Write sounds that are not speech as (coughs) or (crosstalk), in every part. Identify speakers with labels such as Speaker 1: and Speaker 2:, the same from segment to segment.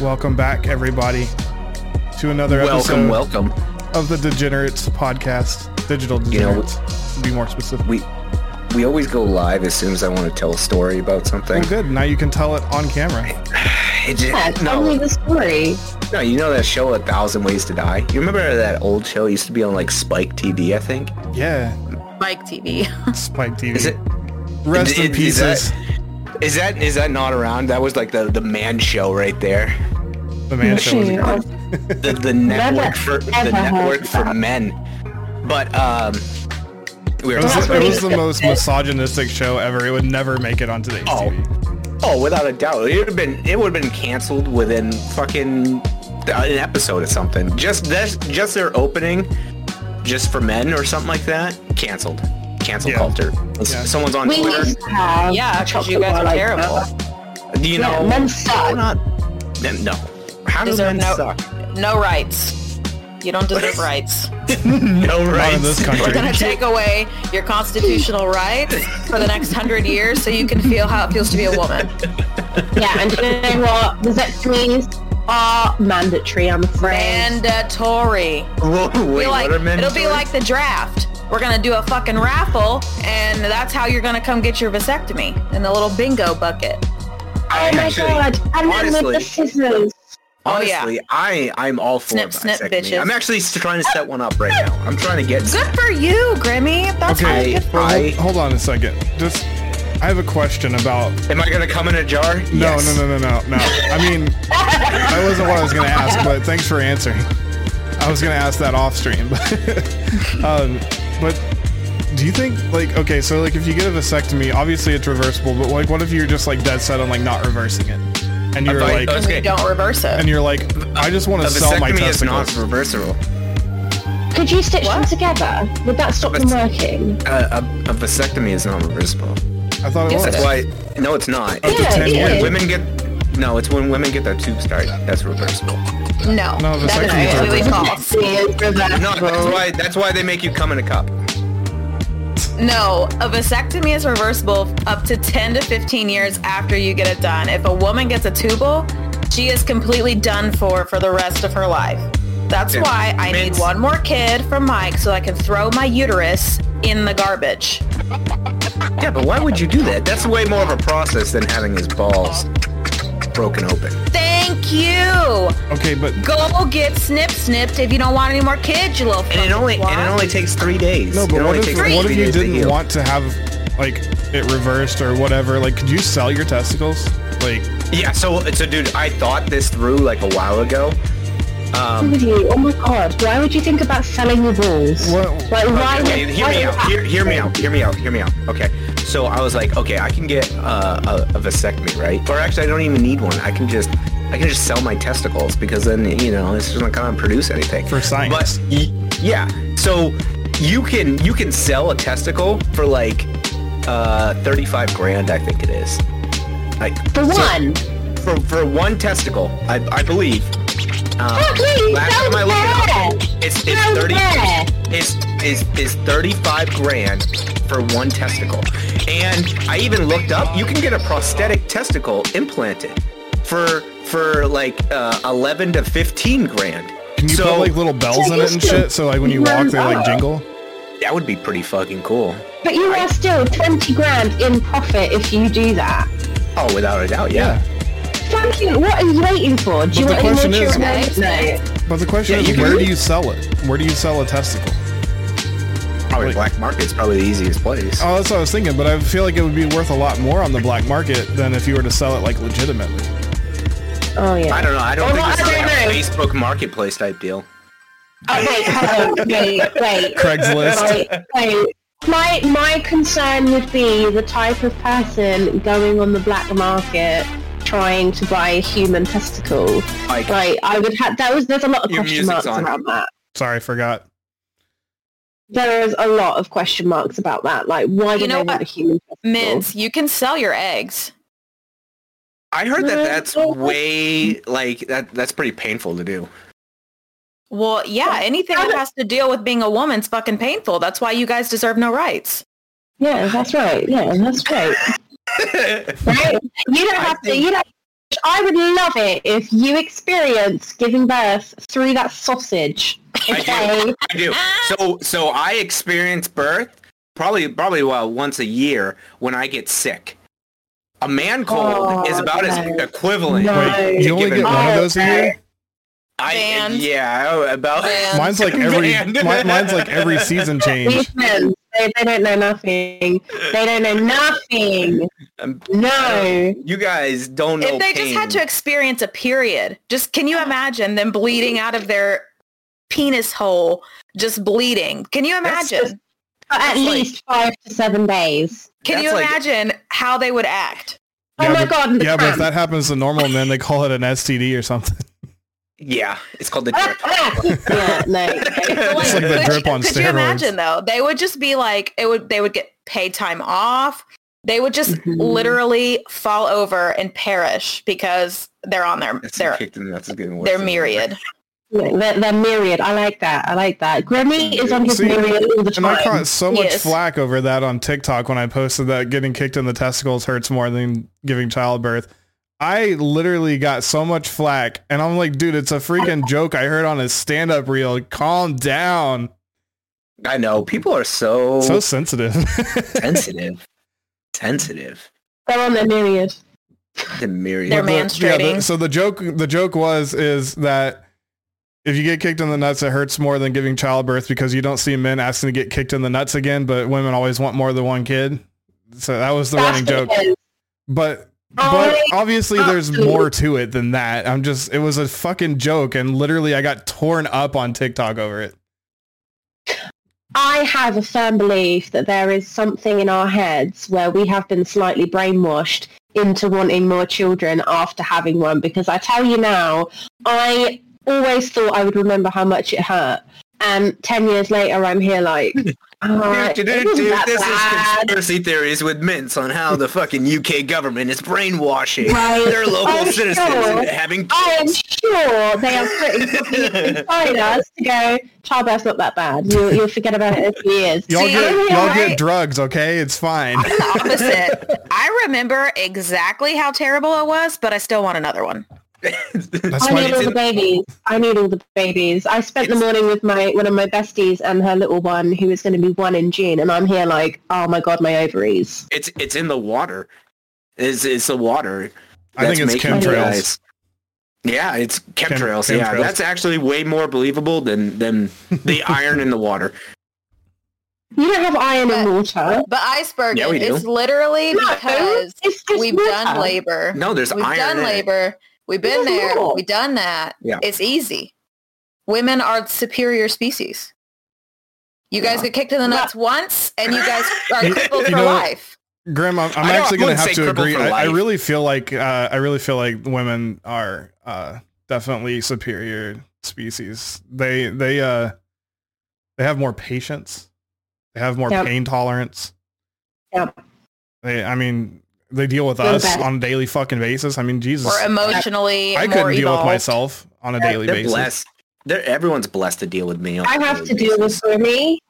Speaker 1: Welcome back, everybody, to another episode
Speaker 2: Welcome, welcome.
Speaker 1: of the Degenerates podcast. Digital
Speaker 2: You know,
Speaker 1: Degenerates, to be more specific.
Speaker 2: We we always go live as soon as I want to tell a story about something.
Speaker 1: Well, good. Now you can tell it on camera.
Speaker 2: (sighs) It ju-
Speaker 3: Yeah, tell me
Speaker 2: no,
Speaker 3: the story.
Speaker 2: no, you know that show, A Thousand Ways to Die? You remember that old show used to be on like Spike TV, I think?
Speaker 1: Yeah.
Speaker 4: Mike TV.
Speaker 1: Spike TV.
Speaker 2: Is it?
Speaker 1: Rest in
Speaker 2: is- is that-
Speaker 1: pieces.
Speaker 2: Is that is that not around? That was like the, the man show right there.
Speaker 1: the man show was
Speaker 3: Machine.
Speaker 1: good.
Speaker 2: The,
Speaker 3: (laughs)
Speaker 2: the network for the
Speaker 3: ever heard
Speaker 2: network
Speaker 3: of
Speaker 2: for
Speaker 3: that.
Speaker 2: men. But um we were
Speaker 1: It was,
Speaker 2: talking
Speaker 1: it
Speaker 2: about
Speaker 1: was the most misogynistic show ever. It would never make it on today's
Speaker 2: Oh.
Speaker 1: TV.
Speaker 2: Oh, without a doubt, it would have been it would have been canceled within fucking uh, an episode or something. Just that's just their opening, just for men or something like that. Canceled, cancel
Speaker 1: Yeah.
Speaker 2: culture.
Speaker 1: Yeah.
Speaker 2: Someone's on
Speaker 3: We
Speaker 2: Twitter.
Speaker 3: need to have
Speaker 4: Yeah,
Speaker 3: a
Speaker 4: 'cause
Speaker 3: chocolate
Speaker 4: you guys are
Speaker 3: bar like uh,
Speaker 4: terrible.
Speaker 2: uh,
Speaker 3: that.
Speaker 2: Do you
Speaker 3: Yeah,
Speaker 2: know?
Speaker 3: men suck.
Speaker 2: We're not. men- No. How do men
Speaker 4: Deserve no-
Speaker 2: suck?
Speaker 4: No rights. You don't deserve rights.
Speaker 2: No
Speaker 1: Not in
Speaker 2: rights.
Speaker 1: this
Speaker 2: (laughs)
Speaker 4: We're
Speaker 1: country.
Speaker 4: gonna take away your constitutional rights for the next hundred years, so you can feel how it feels to be a woman.
Speaker 3: Yeah, and do you know what? Vasectomies are mandatory, I'm afraid.
Speaker 4: Mandatory.
Speaker 2: Whoa, wait,
Speaker 4: Be like-
Speaker 2: what are men
Speaker 4: it'll be
Speaker 2: doing?
Speaker 4: like the draft. We're gonna do a fucking raffle, and that's how you're gonna come get your vasectomy in the little bingo bucket.
Speaker 3: oh my
Speaker 2: Actually,
Speaker 3: god, and then with
Speaker 2: honestly-
Speaker 3: the scissors.
Speaker 4: Oh, yeah.
Speaker 2: Honestly, I I'm all for
Speaker 4: Snip,
Speaker 2: it,
Speaker 4: snip,
Speaker 2: vasectomy.
Speaker 4: bitches.
Speaker 2: I'm actually s- trying to set one up right now. I'm trying to get.
Speaker 4: Good for you, Grimmy. That's
Speaker 1: Okay.
Speaker 4: really good for
Speaker 1: Well, hold-
Speaker 2: I-
Speaker 1: hold on a second. Just, I have a question about
Speaker 2: Am I gonna come in a jar?
Speaker 1: No, no, no, no, no, no. I mean, that wasn't what I was going to ask, but thanks for answering. I was going to ask that off stream. (laughs) um, but do you think, like, okay, so, like, if you get a vasectomy, obviously it's reversible, but, like, what if you're just, like, dead set on, like, not reversing it? And you're
Speaker 2: thought-
Speaker 1: like,
Speaker 2: I was
Speaker 4: you.
Speaker 2: Okay.
Speaker 4: Don't reverse
Speaker 1: and
Speaker 4: it.
Speaker 1: you're like, I just want
Speaker 2: A
Speaker 1: to sell my
Speaker 2: vasectomy is not
Speaker 1: testicles.
Speaker 2: reversible.
Speaker 3: Could you stitch them
Speaker 4: What?
Speaker 3: together? Would that stop them
Speaker 2: Vas-
Speaker 3: working?
Speaker 2: Uh, a, a vasectomy is not reversible.
Speaker 1: I thought it
Speaker 4: Yes,
Speaker 1: was.
Speaker 2: That's why. No, it's not.
Speaker 1: Up to
Speaker 3: Yeah,
Speaker 1: 10
Speaker 3: yeah.
Speaker 1: years.
Speaker 2: Women get. No, it's when women get their tubes tied. That's reversible.
Speaker 4: No,
Speaker 1: No,
Speaker 4: that
Speaker 1: vasectomy
Speaker 4: is
Speaker 1: is
Speaker 4: completely
Speaker 1: reversible.
Speaker 4: false.
Speaker 2: No, that's why. That's why they make you come in a cup.
Speaker 4: No, a vasectomy is reversible up to 10 to 15 years after you get it done. If a woman gets a tubal, she is completely done for for the rest of her life. That's
Speaker 2: Yeah.
Speaker 4: why I need
Speaker 2: Mints.
Speaker 4: one more kid from Mike so I can throw my uterus in the garbage.
Speaker 2: Yeah, but why would you do that? That's way more of a process than having his balls broken open.
Speaker 4: Thank you.
Speaker 1: Okay, but
Speaker 4: Go get snip snipped if you don't want any more kids, you little
Speaker 2: And it only and it only takes three days.
Speaker 1: No,
Speaker 2: it
Speaker 1: but what
Speaker 2: only
Speaker 1: if,
Speaker 2: takes
Speaker 1: what
Speaker 2: three
Speaker 1: if you
Speaker 2: days to
Speaker 1: didn't
Speaker 2: heal.
Speaker 1: want to have, like, it reversed or whatever? Like, could you sell your testicles? Like,
Speaker 2: Yeah. So, uh, so dude, I thought this through like a while ago. Um,
Speaker 3: With you. Oh my god, why would you think about selling your balls?
Speaker 1: What-
Speaker 3: Like, why
Speaker 2: Okay,
Speaker 3: would,
Speaker 2: hear
Speaker 3: why
Speaker 2: me
Speaker 3: would
Speaker 2: out.
Speaker 3: that
Speaker 2: Hear, hear me
Speaker 3: happen?
Speaker 2: out. Hear me out. Hear me out. Okay. So I was like, okay, I can get uh, a, a vasectomy, right? Or actually, I don't even need one. I can just, I can just sell my testicles because then you know it's just not gonna produce anything
Speaker 1: For science.
Speaker 2: But y- yeah, so you can you can sell a testicle for like uh, thirty-five grand, I think it is. Like
Speaker 3: For
Speaker 2: so-
Speaker 3: one.
Speaker 2: for for one testicle, I, I believe. Um,
Speaker 3: Oh, please, don't
Speaker 2: it up, it's, it's
Speaker 3: Don't
Speaker 2: thirty.
Speaker 3: dare.
Speaker 2: It's is is thirty five grand for one testicle, and I even looked up. You can get a prosthetic testicle implanted for for like uh, eleven to fifteen grand.
Speaker 1: Can you
Speaker 2: so
Speaker 1: put like little bells in it and shit? So like when you walk, they like jingle.
Speaker 2: that would be pretty fucking cool.
Speaker 3: But you are still 20 grand in profit if you do that.
Speaker 2: Oh, without a doubt, yeah.
Speaker 3: Thank you. What are you waiting for? Do you
Speaker 1: But the
Speaker 3: want
Speaker 1: question
Speaker 3: to
Speaker 1: is-
Speaker 3: know? No.
Speaker 1: But the question
Speaker 2: Yeah,
Speaker 1: is,
Speaker 2: you can
Speaker 1: where
Speaker 2: do
Speaker 1: do
Speaker 2: it.
Speaker 1: you sell it? Where do you sell a testicle?
Speaker 2: Probably black market's probably the easiest place.
Speaker 1: Oh, that's what I was thinking. But I feel like it would be worth a lot more on the black market than if you were to sell it like legitimately.
Speaker 3: Oh yeah.
Speaker 2: I don't know. I don't
Speaker 3: Oh,
Speaker 2: think
Speaker 3: no,
Speaker 2: this is
Speaker 3: I
Speaker 2: like
Speaker 3: don't
Speaker 2: a
Speaker 3: know.
Speaker 2: Facebook Marketplace type deal.
Speaker 3: Oh, wait, hold on. wait,
Speaker 1: (laughs)
Speaker 3: wait,
Speaker 1: Craigslist.
Speaker 3: wait, wait. My my concern would be the type of person going on the black market trying to buy a human testicle.
Speaker 2: Like,
Speaker 3: Like I would have that was there's a lot of
Speaker 2: Your
Speaker 3: question
Speaker 2: music's
Speaker 3: marks
Speaker 2: on.
Speaker 3: around that.
Speaker 1: Sorry, I forgot.
Speaker 3: There is a lot of question marks about that. Like why
Speaker 4: You
Speaker 3: do
Speaker 4: know
Speaker 3: they
Speaker 4: what?
Speaker 3: want a human testicle?
Speaker 4: Mints, you can sell your eggs.
Speaker 2: I heard that
Speaker 3: Uh,
Speaker 2: that's
Speaker 3: well,
Speaker 2: way like that. That's pretty painful to do.
Speaker 4: Well, yeah, anything that has to deal with being a woman's fucking painful. That's why you guys deserve no rights.
Speaker 2: (laughs)
Speaker 3: Yeah, that's right. Yeah, that's right. right? You don't
Speaker 2: I
Speaker 3: have to
Speaker 2: think-
Speaker 3: you don't I would love it if you experience giving birth through that sausage.
Speaker 2: I
Speaker 3: Okay.
Speaker 2: do. I do. So so I experience birth probably probably well once a year when I get sick. A man cold
Speaker 3: Oh,
Speaker 2: is about
Speaker 3: no.
Speaker 2: as equivalent.
Speaker 3: No.
Speaker 2: to
Speaker 1: Wait, you only get
Speaker 2: giving
Speaker 1: one of those a year?
Speaker 2: I,
Speaker 4: Van.
Speaker 2: yeah, about
Speaker 4: Man.
Speaker 1: Mine's like (laughs) every
Speaker 2: Man.
Speaker 1: mi- mine's like every season
Speaker 3: These
Speaker 1: change.
Speaker 3: men, they, they don't know nothing. They don't know nothing.
Speaker 2: Um,
Speaker 1: uh,
Speaker 3: No.
Speaker 2: you guys don't know.
Speaker 4: if they just
Speaker 2: pain.
Speaker 4: had to experience a period, just can
Speaker 1: Oh.
Speaker 4: you imagine them bleeding out of their penis hole, just bleeding? Can you
Speaker 2: That's
Speaker 4: imagine?
Speaker 3: For at
Speaker 4: That's like-
Speaker 3: least five to seven days.
Speaker 4: Can
Speaker 2: That's
Speaker 4: you
Speaker 2: like-
Speaker 4: imagine how they would act? (laughs)
Speaker 3: Oh
Speaker 1: Yeah,
Speaker 3: my
Speaker 1: but-
Speaker 3: god. the
Speaker 1: Yeah, but if
Speaker 3: cramp. (laughs)
Speaker 1: that happens to normal men, they call it an STD or something.
Speaker 2: yeah, it's called
Speaker 4: (laughs)
Speaker 2: the drip.
Speaker 3: Ah, yeah, no. okay.
Speaker 1: It's like the
Speaker 4: could,
Speaker 1: drip on
Speaker 4: could
Speaker 1: steroids.
Speaker 4: you imagine though? They would just be like, it would. They would get paid time off. They would just
Speaker 1: Mm-hmm.
Speaker 3: Mhm.
Speaker 4: literally fall over and perish because they're on their
Speaker 2: That's
Speaker 4: their
Speaker 2: kicked in- that's a good word.
Speaker 4: their myriad.
Speaker 3: No, They're, they're myriad. I like that. I like that. Grimmy is on his
Speaker 1: See,
Speaker 3: myriad all the
Speaker 1: And I
Speaker 3: time.
Speaker 1: caught so much
Speaker 4: Yes.
Speaker 1: flack over that on TikTok when I posted that getting kicked in the testicles hurts more than giving childbirth. I literally got so much flack, and I'm like, dude, it's a freaking joke I heard on a stand-up reel. Calm down.
Speaker 2: I know people are so,
Speaker 1: So sensitive. (laughs)
Speaker 2: sensitive, sensitive.
Speaker 3: They're on their myriad.
Speaker 2: The myriad.
Speaker 4: They're
Speaker 1: But the-
Speaker 4: menstruating.
Speaker 1: the- so the joke, the joke was is that if you get kicked in the nuts, it hurts more than giving childbirth because you don't see men asking to get kicked in the nuts again, but women always want more than one kid. So that was the running
Speaker 3: That's (laughs)
Speaker 1: joke.
Speaker 3: what it is.
Speaker 1: But but
Speaker 3: I-
Speaker 1: obviously
Speaker 3: uh,
Speaker 1: there's more to it than that. I'm just it was a fucking joke and literally I got torn up on TikTok over it.
Speaker 3: I have a firm belief that there is something in our heads where we have been slightly brainwashed into wanting more children after having one because I tell you now, I always thought I would remember how much it hurt. And 10 years later, I'm
Speaker 2: (laughs)
Speaker 3: here like, uh,
Speaker 2: Dude,
Speaker 3: it
Speaker 2: dude,
Speaker 3: wasn't
Speaker 2: dude,
Speaker 3: that
Speaker 2: this is
Speaker 3: bad.
Speaker 2: conspiracy theories with mints on how the fucking UK government is brainwashing
Speaker 3: Right.
Speaker 2: their local
Speaker 3: I'm
Speaker 2: citizens
Speaker 3: sure. Oh.
Speaker 2: into having
Speaker 3: I am
Speaker 2: kids.
Speaker 3: sure they are putting something inside us to go, childbirth's not that bad. You'll, you'll forget about it in a few years.
Speaker 1: Y'all
Speaker 4: See,
Speaker 1: get
Speaker 4: I'm
Speaker 1: y'all
Speaker 4: alright.
Speaker 1: get drugs, okay? It's fine.
Speaker 4: The
Speaker 1: (laughs)
Speaker 4: opposite. I remember exactly how terrible it was, but I still want another one.
Speaker 1: That's
Speaker 3: I
Speaker 1: why
Speaker 3: need all the babies. I need all the babies. I spent the morning with my one of my besties and her little one, who is going to be one in June, and I'm here like, oh my god, my ovaries.
Speaker 2: (laughs) It's it's in the water. It's it's the water.
Speaker 1: I think it's
Speaker 2: that's making you
Speaker 1: chemtrails.
Speaker 2: guys- Yeah, it's chemtrails. yeah,
Speaker 1: chemtrails.
Speaker 2: that's actually way more believable than than
Speaker 1: (laughs)
Speaker 2: the iron in the water.
Speaker 3: You don't have iron in water.
Speaker 4: But iceberg,
Speaker 2: Yeah, we do.
Speaker 4: it's literally
Speaker 3: No,
Speaker 4: because
Speaker 3: it's just
Speaker 4: we've
Speaker 3: water.
Speaker 4: done labor.
Speaker 2: No, there's
Speaker 4: We've
Speaker 2: iron. in
Speaker 4: done
Speaker 2: it.
Speaker 4: labor. We've been
Speaker 3: It's
Speaker 4: there.
Speaker 3: normal.
Speaker 4: We've done that.
Speaker 2: Yeah.
Speaker 4: It's easy. Women are superior species. You guys get kicked in the nuts once, and you guys are
Speaker 1: You-
Speaker 4: crippled
Speaker 1: you
Speaker 4: for
Speaker 1: know-
Speaker 4: life.
Speaker 1: Graham, I'm, I'm
Speaker 2: I don't-
Speaker 1: actually
Speaker 2: I
Speaker 1: going to
Speaker 2: wouldn't
Speaker 1: have
Speaker 2: say
Speaker 1: to
Speaker 2: cripple
Speaker 1: agree.
Speaker 2: for
Speaker 1: I, I
Speaker 2: life.
Speaker 1: really feel like uh, I really feel like women are uh, definitely superior species. They they uh, they have more patience. They have more
Speaker 3: Yep.
Speaker 1: pain tolerance.
Speaker 3: Yep.
Speaker 1: They, I mean, they deal with
Speaker 3: They're the
Speaker 1: us
Speaker 3: best.
Speaker 1: on a daily fucking basis. I mean, Jesus,
Speaker 4: We're emotionally
Speaker 1: I
Speaker 4: more
Speaker 1: couldn't deal with
Speaker 4: evolved.
Speaker 1: myself on a daily
Speaker 2: They're
Speaker 1: basis.
Speaker 2: blessed. They're everyone's blessed to deal with me. on
Speaker 3: I
Speaker 2: a
Speaker 3: have
Speaker 2: daily
Speaker 3: to deal
Speaker 2: basis.
Speaker 3: with for me.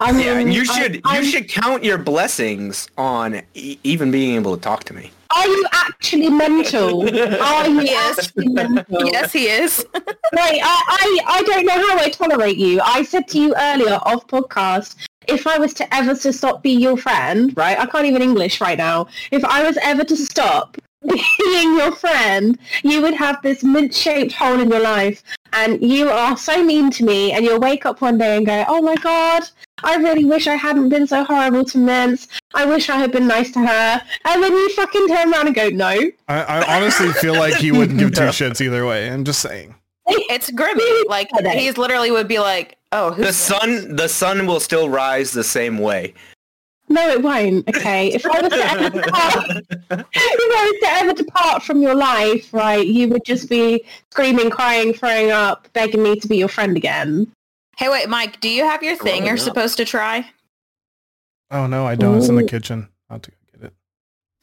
Speaker 3: I mean,
Speaker 2: Yeah, and
Speaker 1: Um,
Speaker 2: you should
Speaker 3: I,
Speaker 2: you
Speaker 3: I'm-
Speaker 2: should count your blessings on e- even being able to talk to me.
Speaker 3: Are you actually mental? Are you
Speaker 4: Yes.
Speaker 3: actually mental?
Speaker 4: Yes, he is.
Speaker 3: Right, I, I, I don't know how I tolerate you. I said to you earlier off podcast, if I was to ever to stop be your friend, right? I can't even English right now. If I was ever to stop (laughs) being your friend, you would have this mint-shaped hole in your life, and you are so mean to me. And you'll wake up one day and go, "Oh my god, I really wish I hadn't been so horrible to Mince. I wish I had been nice to her." And then you fucking turn around and go, "No,
Speaker 1: I, I honestly feel like
Speaker 2: (laughs)
Speaker 1: he wouldn't give two shits either way. I'm just saying.
Speaker 4: It's Grimmy.
Speaker 3: (laughs)
Speaker 4: Like he's literally would be like, "Oh,
Speaker 2: The
Speaker 4: who's
Speaker 2: sun the sun will still rise the same way.
Speaker 3: No, it won't. Okay. If I was to ever depart, if I was to ever depart from your life, right, you would just be screaming, crying, throwing up, begging me to be your friend again.
Speaker 4: Hey, wait, Mike. Do you have your thing
Speaker 2: Growing
Speaker 4: you're
Speaker 2: up.
Speaker 4: supposed to try?
Speaker 1: Oh no, I don't. It's in the kitchen. I have to go get it.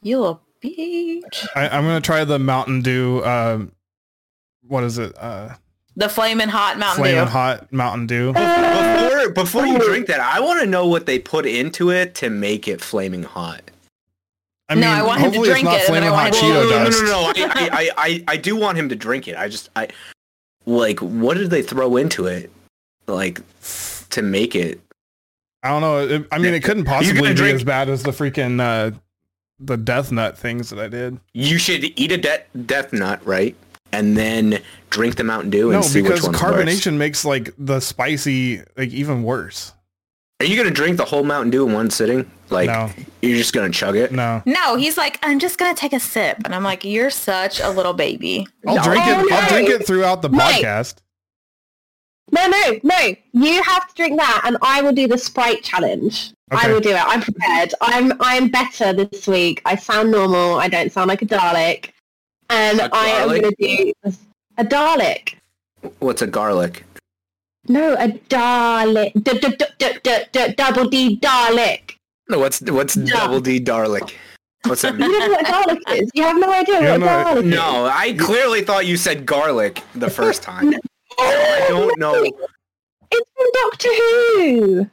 Speaker 4: You little bitch.
Speaker 1: I, I'm gonna try the Mountain Dew. Um, what is it? Uh,
Speaker 4: The flaming hot Mountain
Speaker 1: flaming
Speaker 4: Dew.
Speaker 1: hot Mountain Dew.
Speaker 2: Before before you drink that, I want to know what they put into it to make it flaming hot.
Speaker 1: I
Speaker 4: No, I want him to
Speaker 1: hopefully
Speaker 4: drink
Speaker 1: it's
Speaker 4: it,
Speaker 1: not
Speaker 4: and then I
Speaker 1: flaming hot
Speaker 4: want him-
Speaker 1: Cheeto
Speaker 2: Well, no, no,
Speaker 1: dust.
Speaker 2: no, no, no. I, I, I, I do want him to drink it. I just, I, like, what did they throw into it, like, to make it?
Speaker 1: I don't know. It, I mean, it
Speaker 4: (laughs)
Speaker 1: couldn't
Speaker 2: gonna
Speaker 1: possibly be
Speaker 2: drink-
Speaker 1: as bad as the freaking uh, the death nut things that I did.
Speaker 2: You should eat a de- death nut, right, and then drink the Mountain Dew
Speaker 1: No,
Speaker 2: and see
Speaker 1: because
Speaker 2: which one's worse.
Speaker 1: carbonation makes like the spicy like even worse.
Speaker 2: Are you gonna drink the whole Mountain Dew in one sitting? Like,
Speaker 1: No.
Speaker 2: you're just gonna chug it?
Speaker 1: No,
Speaker 4: No, he's like, I'm just gonna take a sip, and I'm like, you're such a little baby.
Speaker 1: I'll drink
Speaker 3: Oh,
Speaker 1: it. I'll
Speaker 3: no.
Speaker 1: drink it throughout the
Speaker 3: Mike.
Speaker 1: podcast.
Speaker 3: No, no, no. You have to drink that, and I will do the Sprite challenge.
Speaker 1: Okay.
Speaker 3: I will do it. I'm prepared. I'm I'm better this week. I sound normal. I don't sound like a Dalek. And
Speaker 2: A
Speaker 3: I am
Speaker 2: garlic?
Speaker 3: going to do a Dalek.
Speaker 2: What's a garlic?
Speaker 3: No, a Dalek. D- d- d- d- d- d- Double D Dalek.
Speaker 2: No, what's what's double D garlic? What's that?
Speaker 3: You (laughs)
Speaker 2: mean?
Speaker 3: don't know what a Dalek is. You have no idea
Speaker 1: You
Speaker 3: what a
Speaker 1: don't know-
Speaker 3: Dalek is.
Speaker 2: no, I clearly thought you said garlic the first time. I
Speaker 3: (laughs)
Speaker 2: don't know.
Speaker 3: It's from Doctor Who.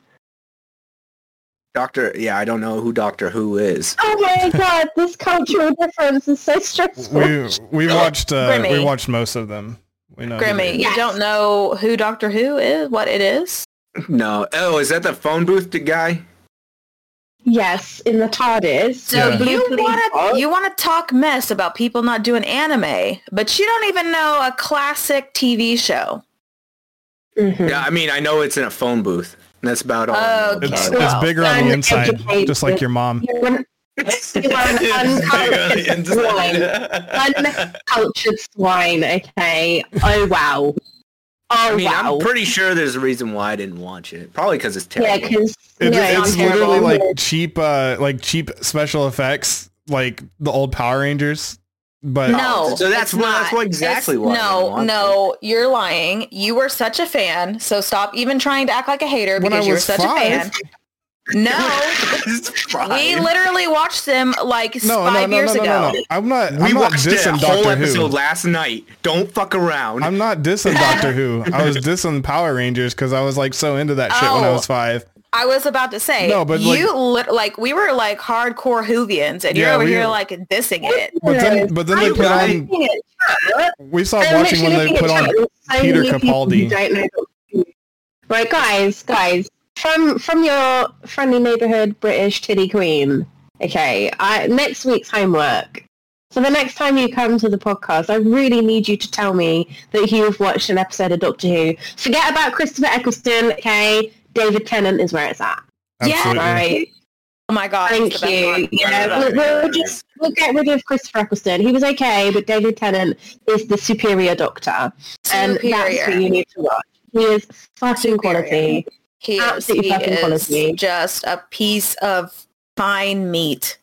Speaker 2: Doctor, yeah, I don't know who Doctor Who is.
Speaker 3: Oh
Speaker 1: (laughs)
Speaker 3: my god, this cultural difference is so stressful.
Speaker 1: We we watched uh, we
Speaker 4: Grimmy.
Speaker 1: watched most of them. We know
Speaker 4: Grimmy,
Speaker 3: Yes.
Speaker 4: you don't know who Doctor Who is, what it is.
Speaker 2: No. Oh, is that the phone booth d- guy?
Speaker 3: Yes, in the TARDIS.
Speaker 4: So
Speaker 1: Yeah.
Speaker 4: you
Speaker 3: Blue
Speaker 4: want
Speaker 3: Blue.
Speaker 4: to you want to talk mess about people not doing anime, but you don't even know a classic TV show.
Speaker 3: Mhm.
Speaker 2: Yeah, I mean, I know it's in a phone booth. and That's about all. I
Speaker 3: Oh,
Speaker 2: know
Speaker 4: Okay.
Speaker 1: It's,
Speaker 2: about
Speaker 1: it's
Speaker 3: Well,
Speaker 1: bigger on the
Speaker 3: I'm
Speaker 1: inside,
Speaker 3: educated.
Speaker 1: just like your mom.
Speaker 3: You're an
Speaker 2: it.
Speaker 3: (laughs) you
Speaker 2: (laughs)
Speaker 3: are an uncultured swine. Uncultured swine, okay? Oh, wow. Oh,
Speaker 2: I mean,
Speaker 3: wow.
Speaker 2: I'm pretty sure there's a reason why I didn't watch it. Probably because it's
Speaker 3: yeah,
Speaker 2: terrible.
Speaker 3: because...
Speaker 1: It,
Speaker 3: yeah,
Speaker 1: it's
Speaker 3: I'm terrible.
Speaker 1: literally like cheap, uh, like cheap special effects, like the old Power Rangers. But
Speaker 4: No,
Speaker 2: so that's
Speaker 4: it's
Speaker 2: why-
Speaker 4: not.
Speaker 2: that's why exactly
Speaker 4: It's-
Speaker 2: why I didn't
Speaker 4: No,
Speaker 2: watch
Speaker 4: no, you're lying. You were such a fan, so stop even trying to act like a hater
Speaker 1: When I
Speaker 4: because you were
Speaker 1: was
Speaker 4: such
Speaker 1: five.
Speaker 4: a fan.
Speaker 1: (laughs)
Speaker 4: No,
Speaker 2: (laughs) It's fine.
Speaker 4: we literally watched them like
Speaker 1: no, no, no,
Speaker 4: five
Speaker 1: no,
Speaker 4: years
Speaker 1: no, no,
Speaker 4: ago.
Speaker 1: no. I'm not.
Speaker 2: We
Speaker 1: I'm not
Speaker 2: watched a
Speaker 1: dissing
Speaker 2: whole
Speaker 1: Doctor
Speaker 2: episode
Speaker 1: Who.
Speaker 2: last night. Don't fuck around.
Speaker 1: I'm not dissing Doctor Who. I
Speaker 4: (laughs)
Speaker 1: was dissing Power Rangers because I was like so into that shit when I
Speaker 4: Oh.
Speaker 1: was five.
Speaker 4: I was about to say,
Speaker 1: No, but,
Speaker 4: you lit like we were like hardcore Hoovians,
Speaker 1: Yeah,
Speaker 4: and you're over
Speaker 1: we
Speaker 4: here
Speaker 1: were-
Speaker 4: like dissing it.
Speaker 1: But then, but then they
Speaker 3: I'm
Speaker 1: put
Speaker 2: right.
Speaker 1: on.
Speaker 3: looking at chat.
Speaker 1: We stopped
Speaker 3: I'm
Speaker 1: watching when
Speaker 3: literally
Speaker 1: they
Speaker 3: looking
Speaker 1: put on.
Speaker 3: at chat. There's so
Speaker 1: Peter
Speaker 3: many people who
Speaker 1: Capaldi.
Speaker 3: don't know what to do. Right, guys, guys, from from your friendly neighborhood British titty queen. Okay, I, next week's homework. So the next time you come to the podcast, I really need you to tell me that you've watched an episode of Doctor Who. Forget about Christopher Eccleston. Okay, David Tennant is where it's at.
Speaker 4: Yeah,
Speaker 1: Absolutely.
Speaker 3: Right.
Speaker 4: Oh my god!
Speaker 3: Thank you. Yeah, we'll, we'll just we'll get rid of Christopher Eccleston. He was okay, but David Tennant is the superior Doctor, and that's
Speaker 4: Superior.
Speaker 3: who you need to watch. He is fucking
Speaker 4: Superior.
Speaker 3: quality.
Speaker 4: He is-
Speaker 3: Absolutely
Speaker 4: he
Speaker 3: fucking
Speaker 4: is
Speaker 3: quality.
Speaker 4: just a piece of fine meat.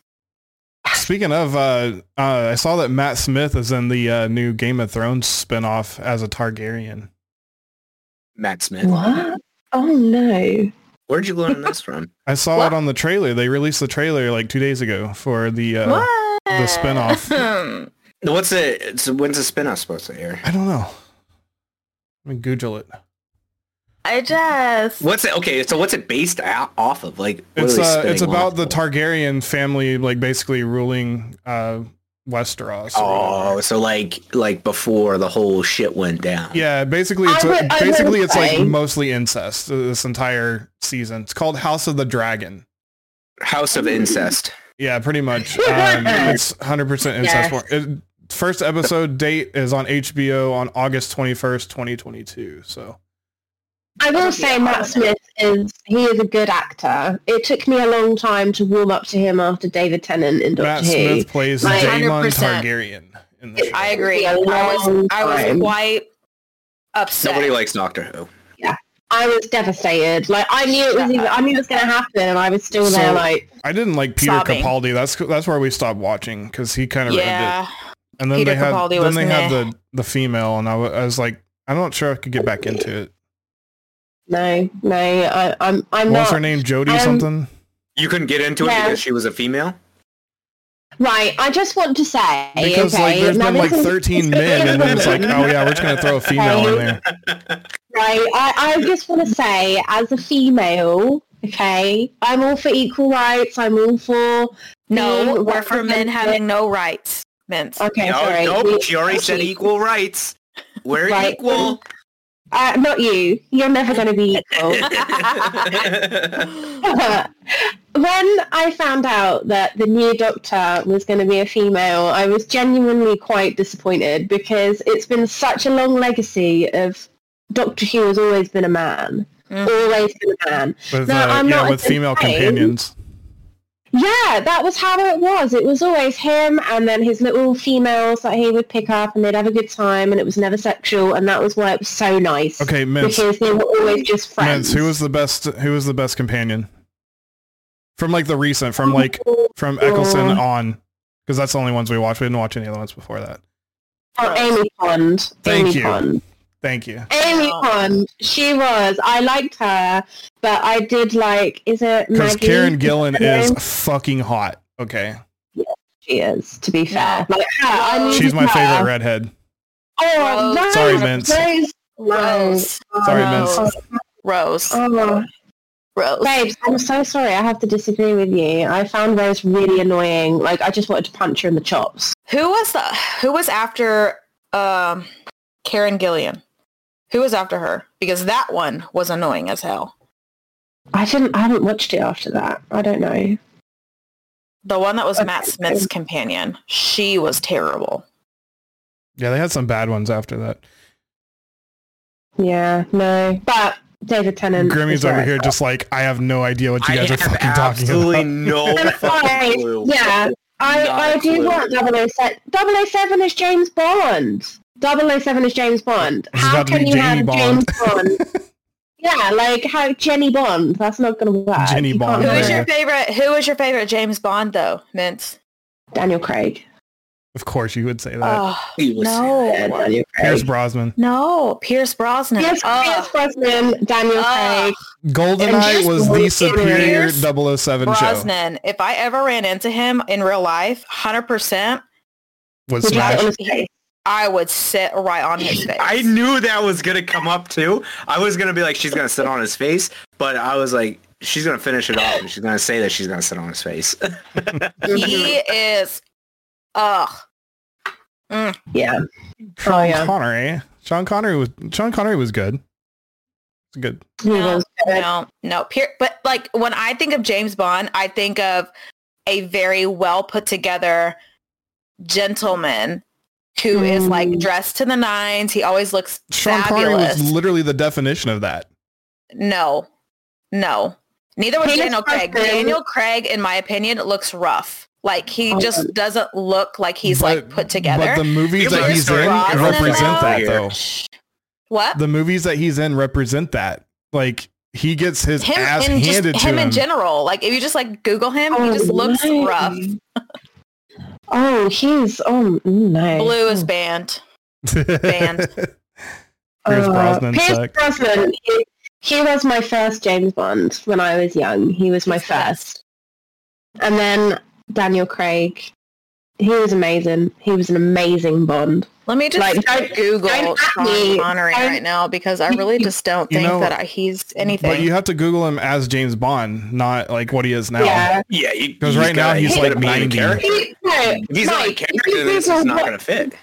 Speaker 1: Speaking of, uh, uh, I saw that Matt Smith is in the uh, new Game of Thrones spinoff as a Targaryen.
Speaker 2: Matt Smith.
Speaker 3: What? Oh no!
Speaker 2: Where'd you learn this from?
Speaker 1: I saw
Speaker 4: What?
Speaker 1: it on the trailer. They released the trailer like two days ago for the. Uh,
Speaker 4: what?
Speaker 1: the spin-off.
Speaker 2: What's the? It's, when's the spinoff supposed to air?
Speaker 1: I don't know. Let me Google it.
Speaker 4: (laughs) I just
Speaker 2: What's it? Okay, so what's it based out, off of? Like, what are
Speaker 1: It's
Speaker 2: they
Speaker 1: uh,
Speaker 2: spinning
Speaker 1: it's about
Speaker 2: off
Speaker 1: the
Speaker 2: of?
Speaker 1: Targaryen family, like basically ruling uh, Westeros. or
Speaker 2: Oh,
Speaker 1: whatever.
Speaker 2: so like like before the whole shit went down.
Speaker 1: yeah. Basically, it's
Speaker 3: I would- I
Speaker 1: basically
Speaker 3: would
Speaker 1: it's
Speaker 3: say-
Speaker 1: like mostly incest. uh, This entire season. It's called House of the Dragon.
Speaker 2: House of Incest.
Speaker 1: Yeah, pretty
Speaker 3: (laughs)
Speaker 1: much. Um, it's 100 percent incest.
Speaker 3: Yes.
Speaker 1: porn. It, first episode date is on HBO on August 21st, 2022. So
Speaker 3: I will say Matt Smith is he is a good actor. It took me a long time to warm up to him after David Tennant in Doctor
Speaker 1: Matt
Speaker 3: Who.
Speaker 1: Smith plays
Speaker 3: Like-
Speaker 1: Daemon
Speaker 4: 100%.
Speaker 1: Targaryen. In the show.
Speaker 4: I agree.
Speaker 3: Yeah,
Speaker 4: I was I
Speaker 3: time.
Speaker 4: was quite upset.
Speaker 2: Nobody likes Doctor Who.
Speaker 3: I was devastated. Like I knew it was.
Speaker 4: Shut
Speaker 3: Either, I knew it was going to happen, and I was still there.
Speaker 1: So-
Speaker 3: Like
Speaker 1: I didn't like Peter
Speaker 4: Sobbing.
Speaker 1: Capaldi. That's that's where we stopped watching because he kind of ruined
Speaker 4: yeah.
Speaker 1: it. And then
Speaker 4: Peter
Speaker 1: they had
Speaker 4: Capaldi
Speaker 1: then
Speaker 4: was
Speaker 1: they had
Speaker 4: meh.
Speaker 1: the the female, and I wa- I was like, I'm not sure I could get back into it.
Speaker 3: no, no, I, I'm
Speaker 1: What
Speaker 3: I'm
Speaker 1: was
Speaker 3: not.
Speaker 1: her name? Jodie
Speaker 3: Um,
Speaker 1: something.
Speaker 2: You couldn't get into it
Speaker 3: Yeah.
Speaker 2: because she was a female.
Speaker 3: Right, I just want to say
Speaker 1: Because
Speaker 3: okay,
Speaker 1: like, there's
Speaker 3: now
Speaker 1: been
Speaker 3: this
Speaker 1: like
Speaker 3: is-
Speaker 1: 13
Speaker 3: this is
Speaker 1: men, and then it's like,
Speaker 3: another-
Speaker 1: oh yeah, we're just gonna throw a female in there.
Speaker 3: right. I, I just want to say, as a female, okay, I'm all for equal rights. I'm all for
Speaker 4: No,
Speaker 3: Being
Speaker 4: we're for men
Speaker 3: represented-
Speaker 4: having no rights. Mints.
Speaker 3: Okay, sorry.
Speaker 2: no,
Speaker 3: We-
Speaker 2: Oh, nope. She already said
Speaker 3: actually,
Speaker 2: equal rights. We're
Speaker 3: Right. (laughs)
Speaker 2: equal. (laughs)
Speaker 3: Uh, not you. You're never going to be equal. (laughs) when I found out that the new Doctor was going to be a female, I was genuinely quite disappointed because it's been such a long legacy of Doctor Who has always been a man.
Speaker 4: Mhm.
Speaker 3: Always been a man.
Speaker 1: With,
Speaker 3: No,
Speaker 1: uh,
Speaker 3: I'm
Speaker 1: yeah,
Speaker 3: not
Speaker 1: with female
Speaker 3: saying-
Speaker 1: companions.
Speaker 3: Yeah, that was how it was. It was always him and then his little females that he would pick up and they'd have a good time and it was never sexual and that was why it was so nice.
Speaker 1: Okay, Mints.
Speaker 3: Because they were always just friends.
Speaker 1: Mints, who was the best? Who was the best companion? From like the recent, from
Speaker 3: Um,
Speaker 1: like from Eccleston
Speaker 3: Oh.
Speaker 1: on, because that's the only ones we watched. We didn't watch any of the ones before that.
Speaker 3: Oh, Amy Pond.
Speaker 1: Thank
Speaker 3: Amy
Speaker 1: you.
Speaker 3: Pond.
Speaker 1: Thank you.
Speaker 3: Amy
Speaker 4: Oh.
Speaker 3: Pond. She was. I liked her, but I did like. Is it
Speaker 1: Because
Speaker 3: Maggie?
Speaker 1: Karen Gillan
Speaker 3: Her
Speaker 1: is
Speaker 3: name?
Speaker 1: fucking hot. Okay,
Speaker 3: She is. To be fair,
Speaker 4: No.
Speaker 3: like her, I
Speaker 4: No.
Speaker 3: needed
Speaker 1: she's my
Speaker 3: her.
Speaker 1: favorite redhead.
Speaker 3: Oh,
Speaker 4: Rose.
Speaker 3: Rose.
Speaker 1: Sorry, Vince.
Speaker 3: Rose.
Speaker 4: Rose.
Speaker 1: Sorry,
Speaker 4: Rose.
Speaker 1: Vince.
Speaker 4: Rose.
Speaker 3: Oh,
Speaker 4: Rose.
Speaker 3: babes, I'm so sorry. I have to disagree with you. I found Rose really annoying. Like, I just wanted to punch her in the chops.
Speaker 4: Who was the who was after um Karen Gillian? Who was after her? Because that one was annoying as hell.
Speaker 3: I didn't. I haven't watched it after that. I don't know.
Speaker 4: The one that was
Speaker 3: Okay.
Speaker 4: Matt Smith's companion. She was terrible.
Speaker 1: Yeah, they had some bad ones after that.
Speaker 3: Yeah, no. But David Tennant.
Speaker 1: Grimmy's
Speaker 3: is
Speaker 1: over
Speaker 3: right.
Speaker 1: here just like, I have no idea what you
Speaker 2: I
Speaker 1: guys are
Speaker 2: have
Speaker 1: fucking talking
Speaker 2: absolutely
Speaker 1: about.
Speaker 2: (laughs) no
Speaker 3: And I-
Speaker 2: fucking clue.
Speaker 3: yeah, I,
Speaker 2: Not
Speaker 3: I
Speaker 2: a
Speaker 3: do
Speaker 2: clue.
Speaker 3: want 007. 007 is James Bond. 007 is James Bond.
Speaker 1: It's
Speaker 3: How
Speaker 1: about to
Speaker 3: can
Speaker 1: be
Speaker 3: you
Speaker 1: Jamie
Speaker 3: have
Speaker 1: Bond. (laughs)
Speaker 3: James Bond? yeah, like how Jenny Bond. That's not going to work.
Speaker 1: Jenny
Speaker 3: You
Speaker 1: Bond,
Speaker 3: can't
Speaker 4: Who
Speaker 3: do
Speaker 4: is
Speaker 1: yeah.
Speaker 3: it.
Speaker 4: your favorite who is your favorite James Bond though, Mints?
Speaker 3: Daniel Craig.
Speaker 1: (laughs) Of course, you would say that.
Speaker 4: Oh
Speaker 2: Uh, He was
Speaker 3: Yeah,
Speaker 4: no.
Speaker 3: Daniel
Speaker 1: Pierce
Speaker 3: Craig.
Speaker 1: Brosnan.
Speaker 4: No, Pierce Brosnan.
Speaker 3: Yes,
Speaker 4: Ugh.
Speaker 3: Pierce
Speaker 4: Oh.
Speaker 3: Brosnan, Daniel
Speaker 4: Ugh.
Speaker 3: Craig.
Speaker 1: GoldenEye
Speaker 3: Pierce
Speaker 1: was the
Speaker 3: Brosnan.
Speaker 1: superior
Speaker 4: Pierce
Speaker 1: 007 show.
Speaker 4: Brosnan. If I ever ran into him in real life, hundred percent,
Speaker 1: Was
Speaker 3: Would you like
Speaker 1: Smash.
Speaker 3: it on his face?
Speaker 4: I would sit right on his face.
Speaker 2: I knew that was gonna come up too. I was gonna be like, she's gonna sit on his face, but I was like, she's gonna finish it off and she's gonna say that she's gonna sit on his face.
Speaker 3: Mm-hmm.
Speaker 4: he is. Ugh.
Speaker 3: Yeah.
Speaker 1: Sean
Speaker 3: Oh, yeah.
Speaker 1: Connery. Sean Connery was Sean Connery was good. It's good.
Speaker 3: He was good.
Speaker 4: No, no. Pier- but like when I think of James Bond, I think of a very well put together gentleman who is like
Speaker 3: Mm.
Speaker 4: dressed to the nines. He always looks
Speaker 1: Sean Connery
Speaker 4: fabulous.
Speaker 1: was literally the definition of that.
Speaker 4: no, no. Neither was
Speaker 3: Pierce
Speaker 4: Daniel Craig.
Speaker 3: Brosnan-
Speaker 4: Daniel Craig, in my opinion, looks rough. Like he
Speaker 3: Oh.
Speaker 4: just doesn't look like he's like
Speaker 1: But-
Speaker 4: put together.
Speaker 1: But the movies
Speaker 2: Pierce
Speaker 1: that he's in
Speaker 4: Brosnan,
Speaker 1: represent that
Speaker 2: though.
Speaker 1: though.
Speaker 4: what?
Speaker 1: The movies that he's in represent that. Like he gets his ass
Speaker 4: and just
Speaker 1: handed
Speaker 4: him
Speaker 1: to
Speaker 4: in
Speaker 1: him.
Speaker 4: general. Like if you just like Google him, he just
Speaker 3: Oh,
Speaker 4: looks
Speaker 3: no.
Speaker 4: rough.
Speaker 3: Oh, he's oh no.
Speaker 4: Blue is banned.
Speaker 1: (laughs)
Speaker 4: Band.
Speaker 1: Pierce
Speaker 3: Uh,
Speaker 1: Brosnan
Speaker 3: Pierce
Speaker 1: sucked.
Speaker 3: Brosnan, He, he was my first James Bond when I was young. He was my
Speaker 4: He's the best.
Speaker 3: first. And then Daniel Craig. He was amazing. He was an amazing Bond.
Speaker 4: Let me just
Speaker 3: Like, don't-
Speaker 4: Google
Speaker 3: don't at
Speaker 4: Sean
Speaker 3: me.
Speaker 4: Connery
Speaker 3: Don't-
Speaker 4: right now because I
Speaker 3: (laughs)
Speaker 4: really just don't
Speaker 1: You
Speaker 4: think
Speaker 1: know,
Speaker 4: that I, he's
Speaker 1: But
Speaker 4: anything.
Speaker 1: you have to Google him as James Bond, not like what he is now.
Speaker 3: Yeah.
Speaker 2: (laughs) yeah, you-
Speaker 1: 'Cause
Speaker 2: you
Speaker 1: right now
Speaker 2: gotta-
Speaker 1: he's
Speaker 2: you
Speaker 1: like
Speaker 2: gotta be in
Speaker 1: 90.
Speaker 2: character.
Speaker 3: He- no,
Speaker 2: If he's not in
Speaker 3: Mike, if
Speaker 2: character,
Speaker 3: you
Speaker 2: then it's
Speaker 3: Google
Speaker 2: just not
Speaker 3: what-
Speaker 2: gonna fit.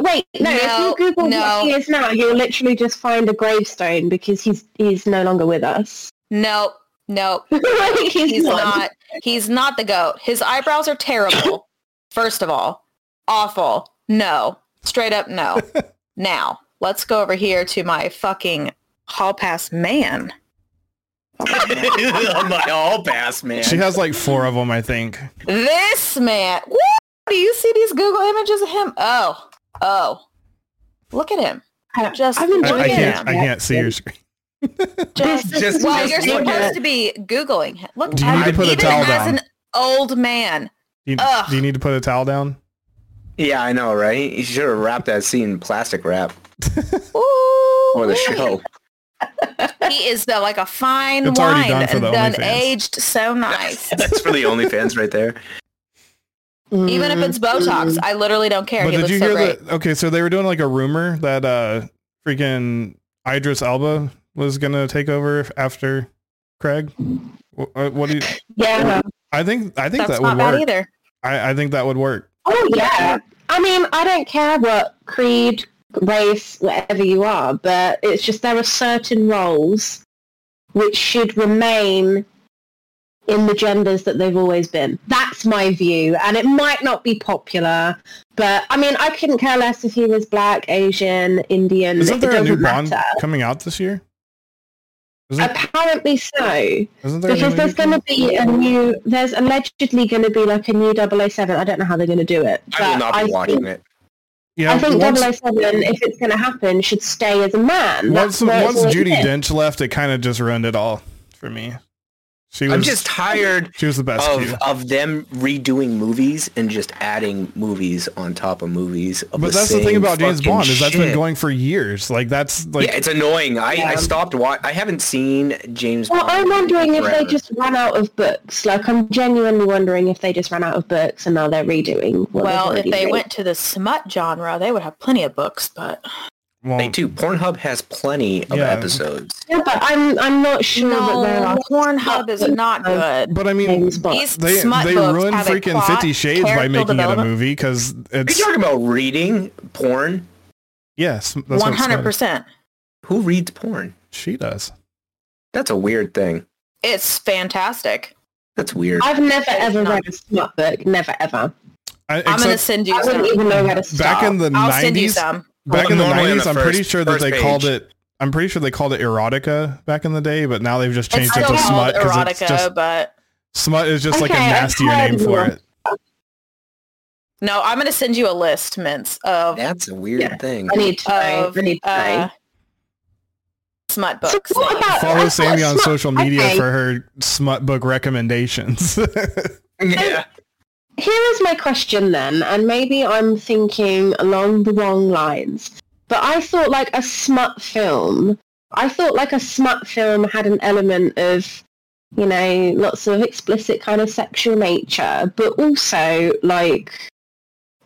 Speaker 3: Wait, no,
Speaker 4: No,
Speaker 3: if you Google
Speaker 4: no.
Speaker 3: what he is now, you'll literally just find a gravestone because he's he's no longer with us. (laughs)
Speaker 4: nope, nope.
Speaker 3: he's,
Speaker 4: He's
Speaker 3: gone.
Speaker 4: not. He's not the goat. His eyebrows are terrible.
Speaker 1: (coughs)
Speaker 4: First of all, awful. No, straight up
Speaker 1: (laughs)
Speaker 4: no. now let's go over here to my fucking hall pass man.
Speaker 2: (laughs) I'm like, all pass, man.
Speaker 1: She has like four of them, I think.
Speaker 4: This man. Woo! Do you see these Google images of him? Oh, oh. Look
Speaker 1: (laughs)
Speaker 4: at him.
Speaker 3: I-
Speaker 4: Just
Speaker 3: I've been
Speaker 1: I, I
Speaker 4: look at
Speaker 3: doing
Speaker 4: him.
Speaker 1: can't. I
Speaker 3: Yeah.
Speaker 1: can't see your screen.
Speaker 4: Just,
Speaker 2: Just- just
Speaker 4: well, you're
Speaker 2: look
Speaker 4: supposed
Speaker 2: at-
Speaker 4: to be googling him. Look,
Speaker 1: Do you need
Speaker 4: at
Speaker 1: to put a
Speaker 4: even
Speaker 1: towel
Speaker 4: as
Speaker 1: down?
Speaker 4: an old man.
Speaker 1: Do you,
Speaker 4: Ugh.
Speaker 1: do you need to put a towel down?
Speaker 2: yeah, I know, right? You should have wrapped that scene in plastic wrap
Speaker 4: Ooh,
Speaker 2: (laughs) or the show.
Speaker 4: he is though like a fine
Speaker 1: It's
Speaker 4: wine,
Speaker 1: already done for
Speaker 4: and
Speaker 1: the
Speaker 4: done
Speaker 1: OnlyFans.
Speaker 4: aged so
Speaker 2: (laughs)
Speaker 4: nice.
Speaker 2: That's for the OnlyFans right there.
Speaker 4: even
Speaker 3: Mm.
Speaker 4: if it's Botox, I literally don't care.
Speaker 1: But
Speaker 4: he
Speaker 1: did
Speaker 4: looks
Speaker 1: you
Speaker 4: so
Speaker 1: hear
Speaker 4: great.
Speaker 1: that? Okay, so they were doing like a rumor that uh freaking Idris Elba was gonna take over after Craig. uh, What, what do you?
Speaker 3: Yeah.
Speaker 1: I think I think that
Speaker 4: That's
Speaker 1: would
Speaker 4: not bad
Speaker 1: work.
Speaker 4: either.
Speaker 1: I, I think that would work.
Speaker 3: Oh yeah. I mean, I don't care what creed, race, whatever you are, but it's just there are certain roles which should remain in the genders that they've always been. That's my view, and it might not be popular, but I mean, I couldn't care less if he was black, Asian, Indian.
Speaker 1: Isn't there
Speaker 3: it
Speaker 1: a new
Speaker 3: doesn't
Speaker 1: Bond
Speaker 3: matter.
Speaker 1: coming out this year? Isn't,
Speaker 3: Apparently so.
Speaker 1: isn't there? a
Speaker 3: Because
Speaker 1: new
Speaker 3: there's going to be a new, there's allegedly going to be like a new 007. I don't know how they're going to do it.
Speaker 2: I will
Speaker 3: but
Speaker 2: not be
Speaker 3: I
Speaker 2: watching
Speaker 3: think-
Speaker 2: it.
Speaker 1: yeah,
Speaker 3: I think
Speaker 1: once,
Speaker 3: 007, if it's going to happen, should stay as a man.
Speaker 1: once,
Speaker 3: That's where it's
Speaker 1: once
Speaker 3: always
Speaker 1: Judy
Speaker 3: been.
Speaker 1: Dench left, it kind of just ruined it all for me. She was
Speaker 2: I'm just tired
Speaker 1: she was the best.
Speaker 2: of
Speaker 1: Q.
Speaker 2: of them redoing movies and just adding movies on top of movies. Of
Speaker 1: But that's the thing
Speaker 2: same
Speaker 1: about James
Speaker 2: fucking
Speaker 1: Bond is that's been
Speaker 2: shit.
Speaker 1: going for years. Like that's like
Speaker 2: yeah, it's annoying. I, I
Speaker 3: Yeah.
Speaker 2: stopped. Wa- I haven't seen James.
Speaker 3: Well,
Speaker 2: Bond
Speaker 3: I'm wondering if
Speaker 2: forever.
Speaker 3: they just ran out of books. Like, I'm genuinely wondering if they just ran out of books and now they're redoing. What
Speaker 4: Well,
Speaker 3: they've
Speaker 4: if
Speaker 3: already
Speaker 4: they
Speaker 3: made.
Speaker 4: went to the smut genre, they would have plenty of books, but
Speaker 1: well,
Speaker 2: They do. Pornhub has plenty of
Speaker 1: Yeah.
Speaker 2: episodes.
Speaker 3: Yeah, but I'm I'm not sure that there
Speaker 4: no,
Speaker 3: are.
Speaker 4: Pornhub is not good.
Speaker 1: But I mean,
Speaker 3: James Bond.
Speaker 4: These
Speaker 1: they
Speaker 4: smut
Speaker 1: they
Speaker 4: books
Speaker 1: ruined
Speaker 4: have a
Speaker 1: freaking
Speaker 4: plot,
Speaker 1: Fifty Shades by
Speaker 4: character
Speaker 1: making it a
Speaker 4: development.
Speaker 1: movie because
Speaker 2: Are
Speaker 1: it's
Speaker 2: you talking about reading porn?
Speaker 1: yes, that's what
Speaker 4: One
Speaker 1: it's
Speaker 4: hundred
Speaker 1: called.
Speaker 4: percent.
Speaker 2: Who reads porn?
Speaker 1: She does.
Speaker 2: That's a weird thing.
Speaker 4: It's fantastic.
Speaker 2: That's weird.
Speaker 3: I've never ever read a smart book. Never ever.
Speaker 1: I,
Speaker 4: I'm gonna
Speaker 1: except
Speaker 4: send you
Speaker 3: I
Speaker 4: some.
Speaker 3: wouldn't even know where to start.
Speaker 1: back in the
Speaker 4: I'll send you
Speaker 1: nineties,
Speaker 4: some.
Speaker 1: back
Speaker 2: Well,
Speaker 1: in the
Speaker 2: normally on
Speaker 1: nineties,
Speaker 2: the
Speaker 1: I'm pretty
Speaker 2: first-
Speaker 1: sure that
Speaker 2: first
Speaker 1: they called
Speaker 2: page.
Speaker 1: it. I'm pretty sure they called it erotica back in the day, but now they've just
Speaker 4: It's
Speaker 1: changed it
Speaker 4: still
Speaker 1: to
Speaker 4: called
Speaker 1: smut because
Speaker 4: erotica,
Speaker 1: it's just
Speaker 4: but
Speaker 1: smut is just like a
Speaker 3: Okay, I've
Speaker 1: nastier
Speaker 3: heard
Speaker 1: name for
Speaker 3: of
Speaker 1: it.
Speaker 4: no, I'm gonna send you a list, Mints, of
Speaker 2: That's a weird
Speaker 3: Yeah.
Speaker 2: thing.
Speaker 3: I need to know.
Speaker 4: of
Speaker 3: I need to know.
Speaker 4: uh, smut
Speaker 3: So
Speaker 4: books.
Speaker 3: what about
Speaker 1: Follow
Speaker 4: (laughs)
Speaker 3: that's not
Speaker 1: Sammy on
Speaker 3: smart-
Speaker 1: social media
Speaker 3: okay.
Speaker 1: for her smut book
Speaker 4: (laughs)
Speaker 1: recommendations.
Speaker 2: (laughs) Yeah.
Speaker 3: Here is my question then, and maybe I'm thinking along the wrong lines, but I thought like a smut film. I thought like a smut film had an element of, you know, lots of explicit kind of sexual nature, but also like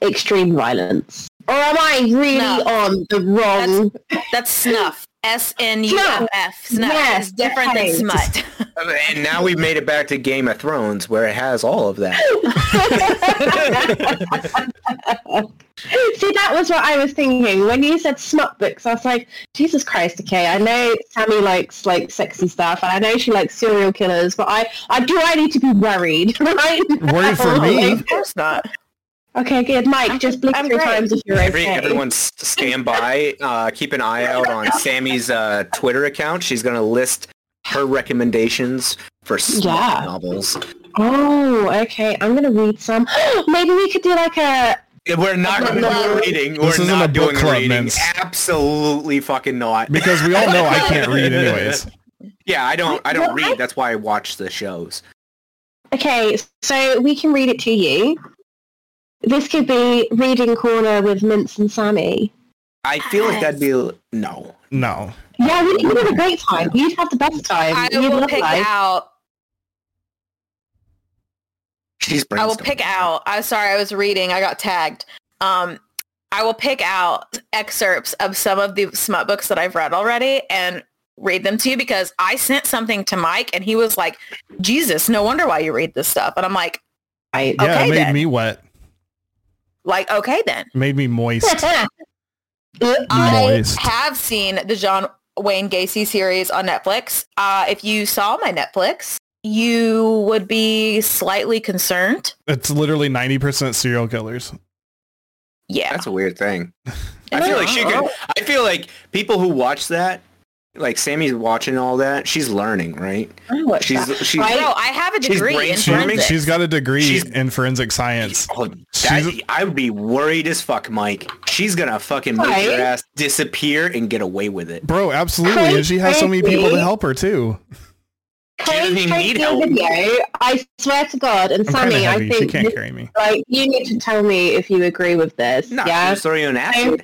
Speaker 3: extreme violence. Or am I really
Speaker 4: No.
Speaker 3: on the wrong?
Speaker 4: That's snuff. S N U F F. Snuff
Speaker 3: Yes,
Speaker 4: is different
Speaker 3: right.
Speaker 4: than smut.
Speaker 2: And now we've made it back to Game of Thrones where it has all of that.
Speaker 3: (laughs) See, that was what I was thinking when you said smut books. I was like, Jesus Christ, okay. I know Sammy likes like sexy stuff, and I know she likes serial killers, but I, I do I need to be worried, (laughs) right?
Speaker 1: Worried for
Speaker 3: now?
Speaker 1: me?
Speaker 4: (laughs) of course not.
Speaker 3: (laughs) Okay, good, Mike.
Speaker 4: I'm-
Speaker 3: Just blink
Speaker 4: I'm
Speaker 3: three
Speaker 4: great.
Speaker 3: times if you're
Speaker 2: Every,
Speaker 3: okay.
Speaker 2: everyone s- stand by. Uh, keep an eye out on Sammy's uh, Twitter account. She's going to list her recommendations for smut
Speaker 3: Yeah.
Speaker 2: novels.
Speaker 3: Oh, okay. I'm gonna read some. (gasps) Maybe we could do like a.
Speaker 2: We're not going to do
Speaker 3: No.
Speaker 2: reading.
Speaker 1: This
Speaker 2: We're
Speaker 1: isn't
Speaker 2: not
Speaker 1: a book
Speaker 2: doing
Speaker 1: club,
Speaker 2: reading.
Speaker 1: Mince.
Speaker 2: Absolutely fucking not.
Speaker 1: because we all know I can't read anyways.
Speaker 2: Yeah, I don't. I
Speaker 3: Well,
Speaker 2: don't
Speaker 3: I-
Speaker 2: read. That's why I watch the shows.
Speaker 3: Okay, so we can read it to you. This could be reading corner with Mince and Sammy.
Speaker 2: I feel like that'd be no.
Speaker 1: No.
Speaker 3: Yeah, we would have a great time. You'd have the best time.
Speaker 4: I
Speaker 3: You'd
Speaker 4: will
Speaker 3: love
Speaker 4: pick
Speaker 3: life.
Speaker 4: out.
Speaker 2: She's.
Speaker 4: I will
Speaker 2: brainstorming.
Speaker 4: pick out. I'm sorry, I was reading. I got tagged. Um, I will pick out excerpts of some of the smut books that I've read already and read them to you because I sent something to Mike and he was like, "Jesus, no wonder why you read this stuff." And I'm like,
Speaker 3: Right.
Speaker 1: Yeah,
Speaker 4: Okay,
Speaker 1: it made
Speaker 4: then.
Speaker 1: me wet.
Speaker 4: "Like, okay
Speaker 1: (laughs)
Speaker 4: then."
Speaker 1: Made me
Speaker 4: (laughs)
Speaker 1: moist.
Speaker 4: I
Speaker 1: Moist.
Speaker 4: have seen the John Wayne Gacy series on Netflix. Uh, if you saw my Netflix, you would be slightly concerned.
Speaker 1: It's literally 90% serial killers.
Speaker 4: Yeah.
Speaker 2: That's a weird thing. I feel like she could. I feel like people who watch that, like Sammy's watching all that. She's learning, right?
Speaker 3: I watched
Speaker 2: She's
Speaker 3: that.
Speaker 2: she's.
Speaker 4: I know. I have a
Speaker 2: She's
Speaker 4: degree in
Speaker 1: She,
Speaker 2: brainstorming.
Speaker 4: forensics.
Speaker 1: she's got a degree
Speaker 2: She's-
Speaker 1: in forensic science.
Speaker 2: Oh,
Speaker 1: She's-
Speaker 2: that, I would be worried as fuck, Mike. She's gonna fucking make
Speaker 3: Right.
Speaker 2: your ass disappear and get away with it.
Speaker 1: Bro, absolutely. And she has so many people to help her too.
Speaker 2: doesn't
Speaker 3: Kate
Speaker 2: even
Speaker 3: showed
Speaker 2: need
Speaker 3: me a
Speaker 2: help.
Speaker 3: video. I swear to God, and
Speaker 1: I'm kind of
Speaker 3: Sammy, I
Speaker 1: heavy. She
Speaker 3: think
Speaker 1: can't
Speaker 3: this-
Speaker 1: carry me.
Speaker 3: like you need to tell me if you agree with this.
Speaker 2: No,
Speaker 3: yeah.
Speaker 2: she'll throw you an acid.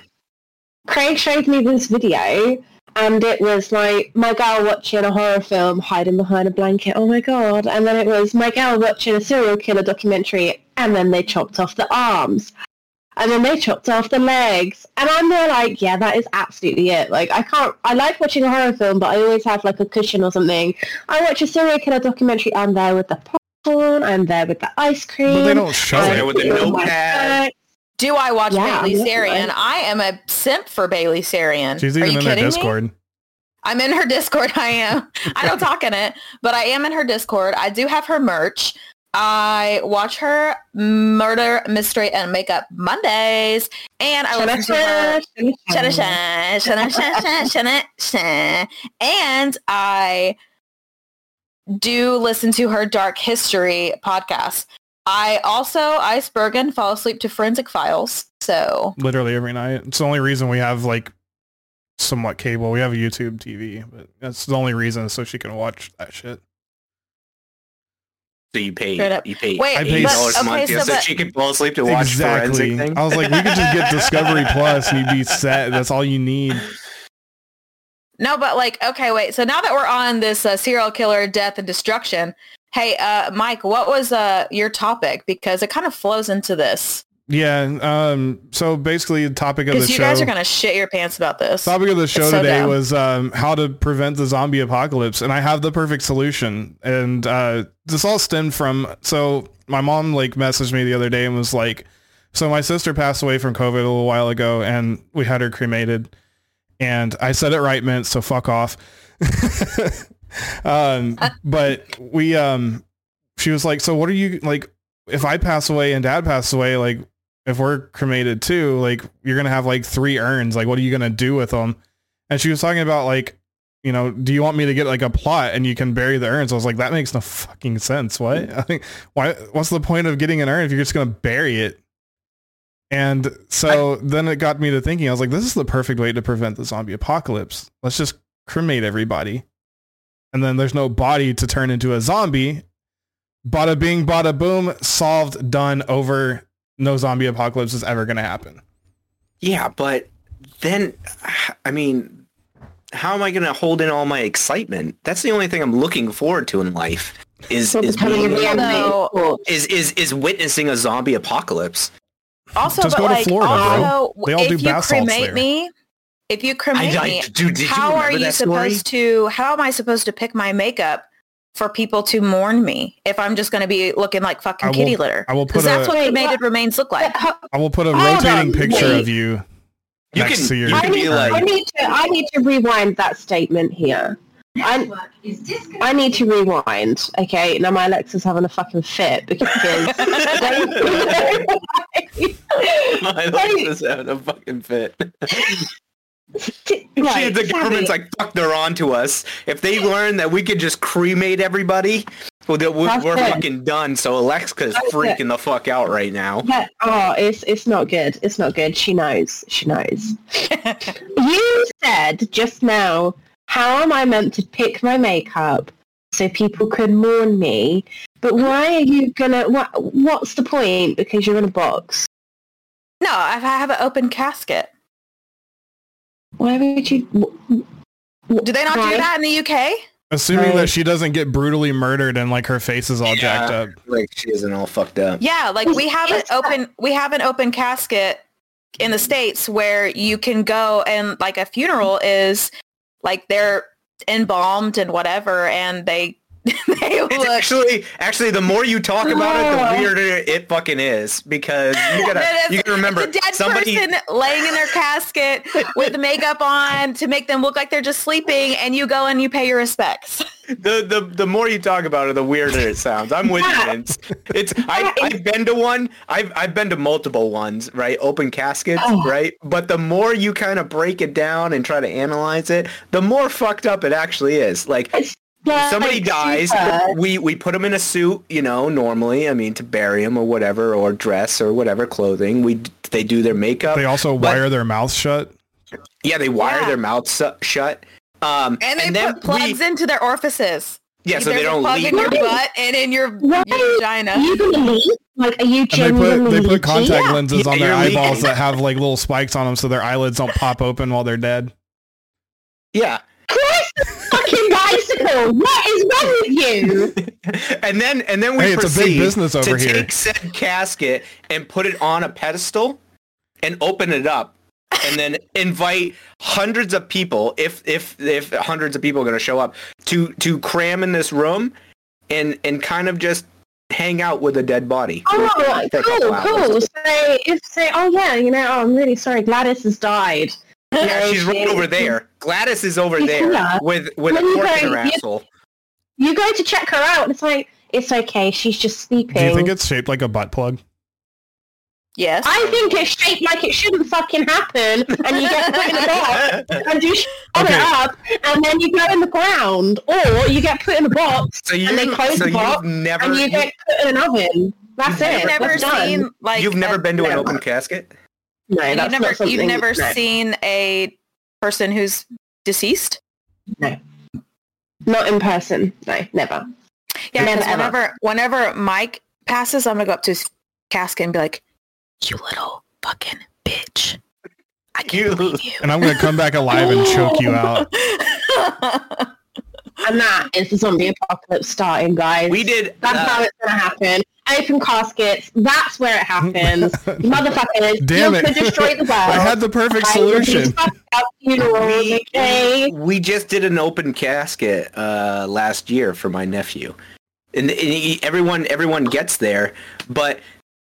Speaker 3: Craig showed me this video, and it was like my girl watching a horror film, hiding behind a blanket. Oh my God! And then it was my girl watching a serial killer documentary, and then they chopped off the arms. And then they chopped off the legs. And I'm there like, yeah, that is absolutely it. Like, I can't, I like watching a horror film, but I always have like a cushion or something. I watch a serial killer documentary, I'm there with the popcorn popcorn. I'm there with the ice cream.
Speaker 1: But they don't show
Speaker 3: I'm
Speaker 2: there with the
Speaker 3: eating all my
Speaker 2: notepad.
Speaker 3: snacks.
Speaker 4: Do I watch
Speaker 3: Yeah,
Speaker 4: Bailey
Speaker 3: I'm looking
Speaker 4: Sarian?
Speaker 3: right.
Speaker 4: I am a simp for Bailey Sarian.
Speaker 1: She's
Speaker 4: Are
Speaker 1: even
Speaker 4: you
Speaker 1: in their
Speaker 4: kidding me?
Speaker 1: Discord.
Speaker 4: I'm in her Discord. (laughs) I am. I don't talk in it, but I am in her Discord. I do have her merch. I watch her murder, mystery, and makeup Mondays, and I listen to her.
Speaker 3: Shana,
Speaker 4: Shanna,
Speaker 3: shana, shana.
Speaker 4: shanna, shanna, shanna, shanna, shanna. And I do listen to her Dark History podcast. I also iceberg and fall asleep to Forensic Files. So
Speaker 1: literally every night. It's the only reason we have like somewhat cable. We have a YouTube TV, but that's the only reason so she can watch that shit.
Speaker 2: So you pay.
Speaker 4: Straight up.
Speaker 2: You pay.
Speaker 4: wait,
Speaker 1: I
Speaker 2: Eight
Speaker 1: paid-
Speaker 4: but,
Speaker 2: dollars a
Speaker 4: okay,
Speaker 2: month,
Speaker 4: so
Speaker 2: yeah, so
Speaker 4: but-
Speaker 2: she can fall asleep to watch forensic thing.
Speaker 1: I was like, we could just get
Speaker 2: (laughs)
Speaker 4: (laughs)
Speaker 1: Discovery Plus and you'd be set. That's all you need.
Speaker 4: No, but like, okay, wait. So now that we're on this uh, serial killer death and destruction, hey, uh, Mike, what was uh, your topic? Because it kind of flows into this.
Speaker 1: Yeah. Um. So basically, the topic of the
Speaker 4: Because you
Speaker 1: show.
Speaker 4: guys are gonna shit your pants about this.
Speaker 1: topic of the show
Speaker 4: so
Speaker 1: today
Speaker 4: dumb.
Speaker 1: was um, how to prevent the zombie apocalypse, and I have the perfect solution. And uh, this all stemmed from so my mom like messaged me the other day and was like, "So my sister passed away from COVID a little while ago, and we had her cremated." And I said it right, meant so fuck off. (laughs) um, but we, um, she was like, "So what are you like? If I pass away and Dad passes away, like." If we're cremated too, like you're gonna have like three urns. Like, what are you gonna do with them? And she was talking about like, you know, do you want me to get like a plot and you can bury the urns? I was like, that makes no fucking sense. What? (laughs) I think why? What's the point of getting an urn if you're just gonna bury it? And so then it got me to thinking. I was like, this is the perfect way to prevent the zombie apocalypse. Let's just cremate everybody, and then there's no body to turn into a zombie. Bada bing, bada boom, solved, done, over. No zombie apocalypse is ever gonna happen.
Speaker 2: Yeah, but then, I mean, how am I going to hold in all my excitement? That's the only thing I'm looking forward to in life is
Speaker 3: So
Speaker 2: is,
Speaker 3: becoming a
Speaker 2: being-
Speaker 4: Yeah,
Speaker 3: reanimated
Speaker 4: though-
Speaker 3: corpse.
Speaker 2: is is is witnessing a zombie apocalypse.
Speaker 4: also,
Speaker 1: Just
Speaker 4: but
Speaker 1: go to
Speaker 4: like,
Speaker 1: Florida, bro.
Speaker 4: also,
Speaker 1: They all do
Speaker 4: if you
Speaker 1: bath salts
Speaker 4: cremate
Speaker 1: there.
Speaker 4: me, if you cremate me,
Speaker 2: dude, did
Speaker 4: how are
Speaker 2: remember
Speaker 4: you
Speaker 2: that story?
Speaker 4: supposed to? How am I supposed to pick my makeup for people to mourn me if I'm just gonna be looking like fucking
Speaker 1: I will-
Speaker 4: kitty litter?
Speaker 1: I will put
Speaker 4: Because that's
Speaker 1: a-
Speaker 4: what
Speaker 3: Wait, what?
Speaker 4: cremated remains look like.
Speaker 1: I will put a
Speaker 3: Hold
Speaker 1: rotating
Speaker 3: on,
Speaker 1: picture
Speaker 3: wait.
Speaker 1: of you
Speaker 2: You
Speaker 1: next
Speaker 2: can-
Speaker 1: to your
Speaker 2: you
Speaker 3: I
Speaker 2: can be
Speaker 3: need,
Speaker 2: like-
Speaker 3: I need to I need to rewind that statement here. I, I need to rewind. Okay, now my Alexa's having a fucking fit
Speaker 2: (laughs)
Speaker 3: because
Speaker 2: My
Speaker 3: (laughs)
Speaker 2: life is having a fucking fit. See,
Speaker 3: Right,
Speaker 2: the government's
Speaker 3: Sammy,
Speaker 2: like, fuck, they're on to us. If they learn that we could just cremate everybody, well, that we're,
Speaker 3: That's
Speaker 2: we're
Speaker 3: it.
Speaker 2: fucking done. So Alexa's
Speaker 3: That's it.
Speaker 2: freaking the fuck out right now.
Speaker 3: yeah, oh, it's it's not good. It's not good. She knows. She knows. you said just now, how am I meant to pick my makeup so people could mourn me? But why are you gonna? What, what's the point? Because you're in a box.
Speaker 4: No, I I have an open casket.
Speaker 3: Why would you? wh- wh-
Speaker 4: Do they not
Speaker 3: why?
Speaker 4: do that in the UK?
Speaker 1: Assuming that
Speaker 3: Right.
Speaker 1: she doesn't get brutally murdered and like her face is all
Speaker 2: Yeah.
Speaker 1: jacked up.
Speaker 2: Like, she isn't all fucked up.
Speaker 4: Yeah, like we have an
Speaker 3: It's-
Speaker 4: open we have an open casket in the states where you can go and like a funeral is like they're embalmed and whatever and they (laughs) they
Speaker 2: It's
Speaker 4: look
Speaker 2: actually, actually, the more you talk about it,
Speaker 3: Oh.
Speaker 2: the weirder it fucking is because
Speaker 3: (laughs)
Speaker 2: you gotta,
Speaker 4: That is-
Speaker 2: you gotta remember
Speaker 4: it's a dead
Speaker 2: somebody.
Speaker 4: person laying in their casket with makeup on to make them look like they're just sleeping and you go and you pay your respects.
Speaker 2: The, the the more you talk about it, the weirder it sounds. I'm with you. Vince. It's I I've been to one. I've I've been to multiple ones. Right, open caskets.
Speaker 3: Oh.
Speaker 2: Right, but the more you kind of break it down and try to analyze it, the more fucked up it actually is. Like
Speaker 3: Yeah,
Speaker 2: somebody
Speaker 3: like,
Speaker 2: dies
Speaker 3: super.
Speaker 2: we we put them in a suit you know normally i mean to bury them or whatever or dress or whatever clothing we they do their makeup
Speaker 1: They also
Speaker 2: But-
Speaker 1: wire their mouth shut.
Speaker 2: yeah they wire
Speaker 4: Yeah.
Speaker 2: their mouths su- shut um
Speaker 4: And they
Speaker 2: then
Speaker 4: put plugs
Speaker 2: we,
Speaker 4: into their orifices.
Speaker 2: yeah so
Speaker 4: There's
Speaker 2: they
Speaker 4: a
Speaker 2: don't
Speaker 4: plug
Speaker 2: leave
Speaker 4: in your
Speaker 2: their-
Speaker 4: butt and in your,
Speaker 3: Why
Speaker 4: your vagina.
Speaker 3: Are you gonna leave? Like, are you
Speaker 1: And they put
Speaker 3: genuinely?
Speaker 1: they put contact
Speaker 4: Yeah.
Speaker 1: lenses on
Speaker 2: Yeah,
Speaker 1: their
Speaker 2: you're leaking.
Speaker 1: eyeballs that have like little spikes on them so their eyelids don't pop open while they're dead.
Speaker 2: yeah
Speaker 3: Christ, the fucking bicycle! What is wrong with you?
Speaker 2: (laughs) and then and then we
Speaker 1: Hey, it's a big
Speaker 2: proceed
Speaker 1: business over
Speaker 2: to
Speaker 1: here.
Speaker 2: take said casket and put it on a pedestal and open it up and then invite hundreds of people if if if hundreds of people are going to show up to to cram in this room and and kind of just hang out with a dead body.
Speaker 3: Oh,
Speaker 2: For a
Speaker 3: cool,
Speaker 2: couple hours.
Speaker 3: cool. Say, if say, oh yeah, you know, oh, I'm really sorry, Gladys has died. You
Speaker 2: Yeah,
Speaker 3: know,
Speaker 2: she's right
Speaker 3: she-
Speaker 2: over there. Gladys is over
Speaker 3: Yeah.
Speaker 2: there with with a
Speaker 3: What do you
Speaker 2: fork in her
Speaker 3: think?
Speaker 2: asshole.
Speaker 3: You go to check her out, and it's like, it's okay, she's just sleeping.
Speaker 1: Do you think it's shaped like a butt plug?
Speaker 4: Yes.
Speaker 3: I think it's shaped like it shouldn't fucking happen, and you get put in
Speaker 1: (laughs)
Speaker 3: a box, and you shut
Speaker 1: Okay.
Speaker 3: it up, and then you go in the ground, or you get put in a box,
Speaker 2: (laughs) So you,
Speaker 3: and they close
Speaker 2: so
Speaker 3: the box,
Speaker 2: you've never,
Speaker 3: and you get put in an oven. That's
Speaker 2: You've
Speaker 3: it.
Speaker 4: You've never
Speaker 3: that's done.
Speaker 4: seen like
Speaker 2: you've never
Speaker 4: a-
Speaker 2: been to an
Speaker 3: no.
Speaker 2: open casket.
Speaker 3: No, that's
Speaker 4: You've never
Speaker 3: not something.
Speaker 4: you've never
Speaker 3: no,
Speaker 4: seen a person who's deceased.
Speaker 3: Not in person. No, never.
Speaker 4: Yeah,
Speaker 3: Never,
Speaker 4: 'cause
Speaker 3: ever.
Speaker 4: whenever whenever Mike passes, I'm gonna go up to his casket and be like, "You little fucking bitch! I can't
Speaker 2: You-
Speaker 4: believe you."
Speaker 1: And I'm gonna come back alive and choke you out.
Speaker 3: And that is the zombie apocalypse starting, guys.
Speaker 2: We did.
Speaker 3: That's
Speaker 2: uh,
Speaker 3: how it's gonna happen. Open caskets. That's where
Speaker 1: (laughs)
Speaker 3: it happens, motherfuckers.
Speaker 1: Damn
Speaker 3: (laughs) you
Speaker 1: it.
Speaker 3: could destroy the
Speaker 1: (laughs)
Speaker 3: world.
Speaker 1: I had the perfect
Speaker 3: by your
Speaker 1: solution.
Speaker 3: fucked up Funerals,
Speaker 2: we,
Speaker 3: okay?
Speaker 2: we just did an open casket uh, last year for my nephew, and, and he- everyone everyone gets there. But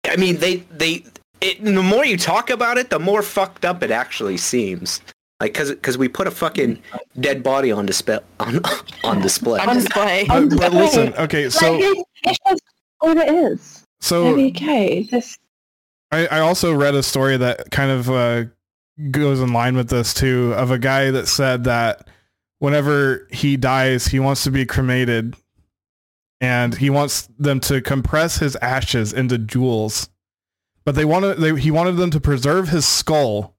Speaker 2: I mean, they they it, the more you talk about it, the more fucked up it actually seems. Like, cause, 'cause we put a fucking dead body on display on, (laughs) on display.
Speaker 4: on (laughs) display.
Speaker 1: But, but listen, okay,
Speaker 3: like,
Speaker 1: so
Speaker 3: it's, it's just all it is.
Speaker 1: so
Speaker 3: okay. This
Speaker 1: I, I also read a story that kind of uh, goes in line with this too, of a guy that said that whenever he dies, he wants to be cremated, and he wants them to compress his ashes into jewels. But they wanted they, he wanted them to preserve his skull,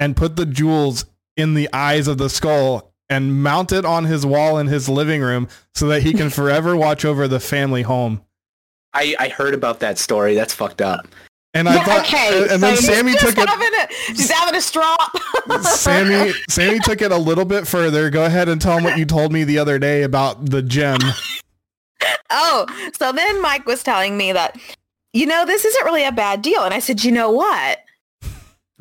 Speaker 1: and put the jewels in the eyes of the skull and mount it on his wall in his living room so that he
Speaker 3: (laughs)
Speaker 1: can forever watch over the family home.
Speaker 2: I, I heard about that story. That's fucked up.
Speaker 1: And I
Speaker 3: Yeah,
Speaker 1: thought,
Speaker 3: okay,
Speaker 1: and then
Speaker 3: so-
Speaker 1: Sammy took it.
Speaker 4: having a, she's having a straw.
Speaker 1: Sammy Sammy took it a little bit further. Go ahead and tell him what you told me the other day about the gem.
Speaker 4: Oh, so then Mike was telling me that, you know, this isn't really a bad deal. And I said, you know what?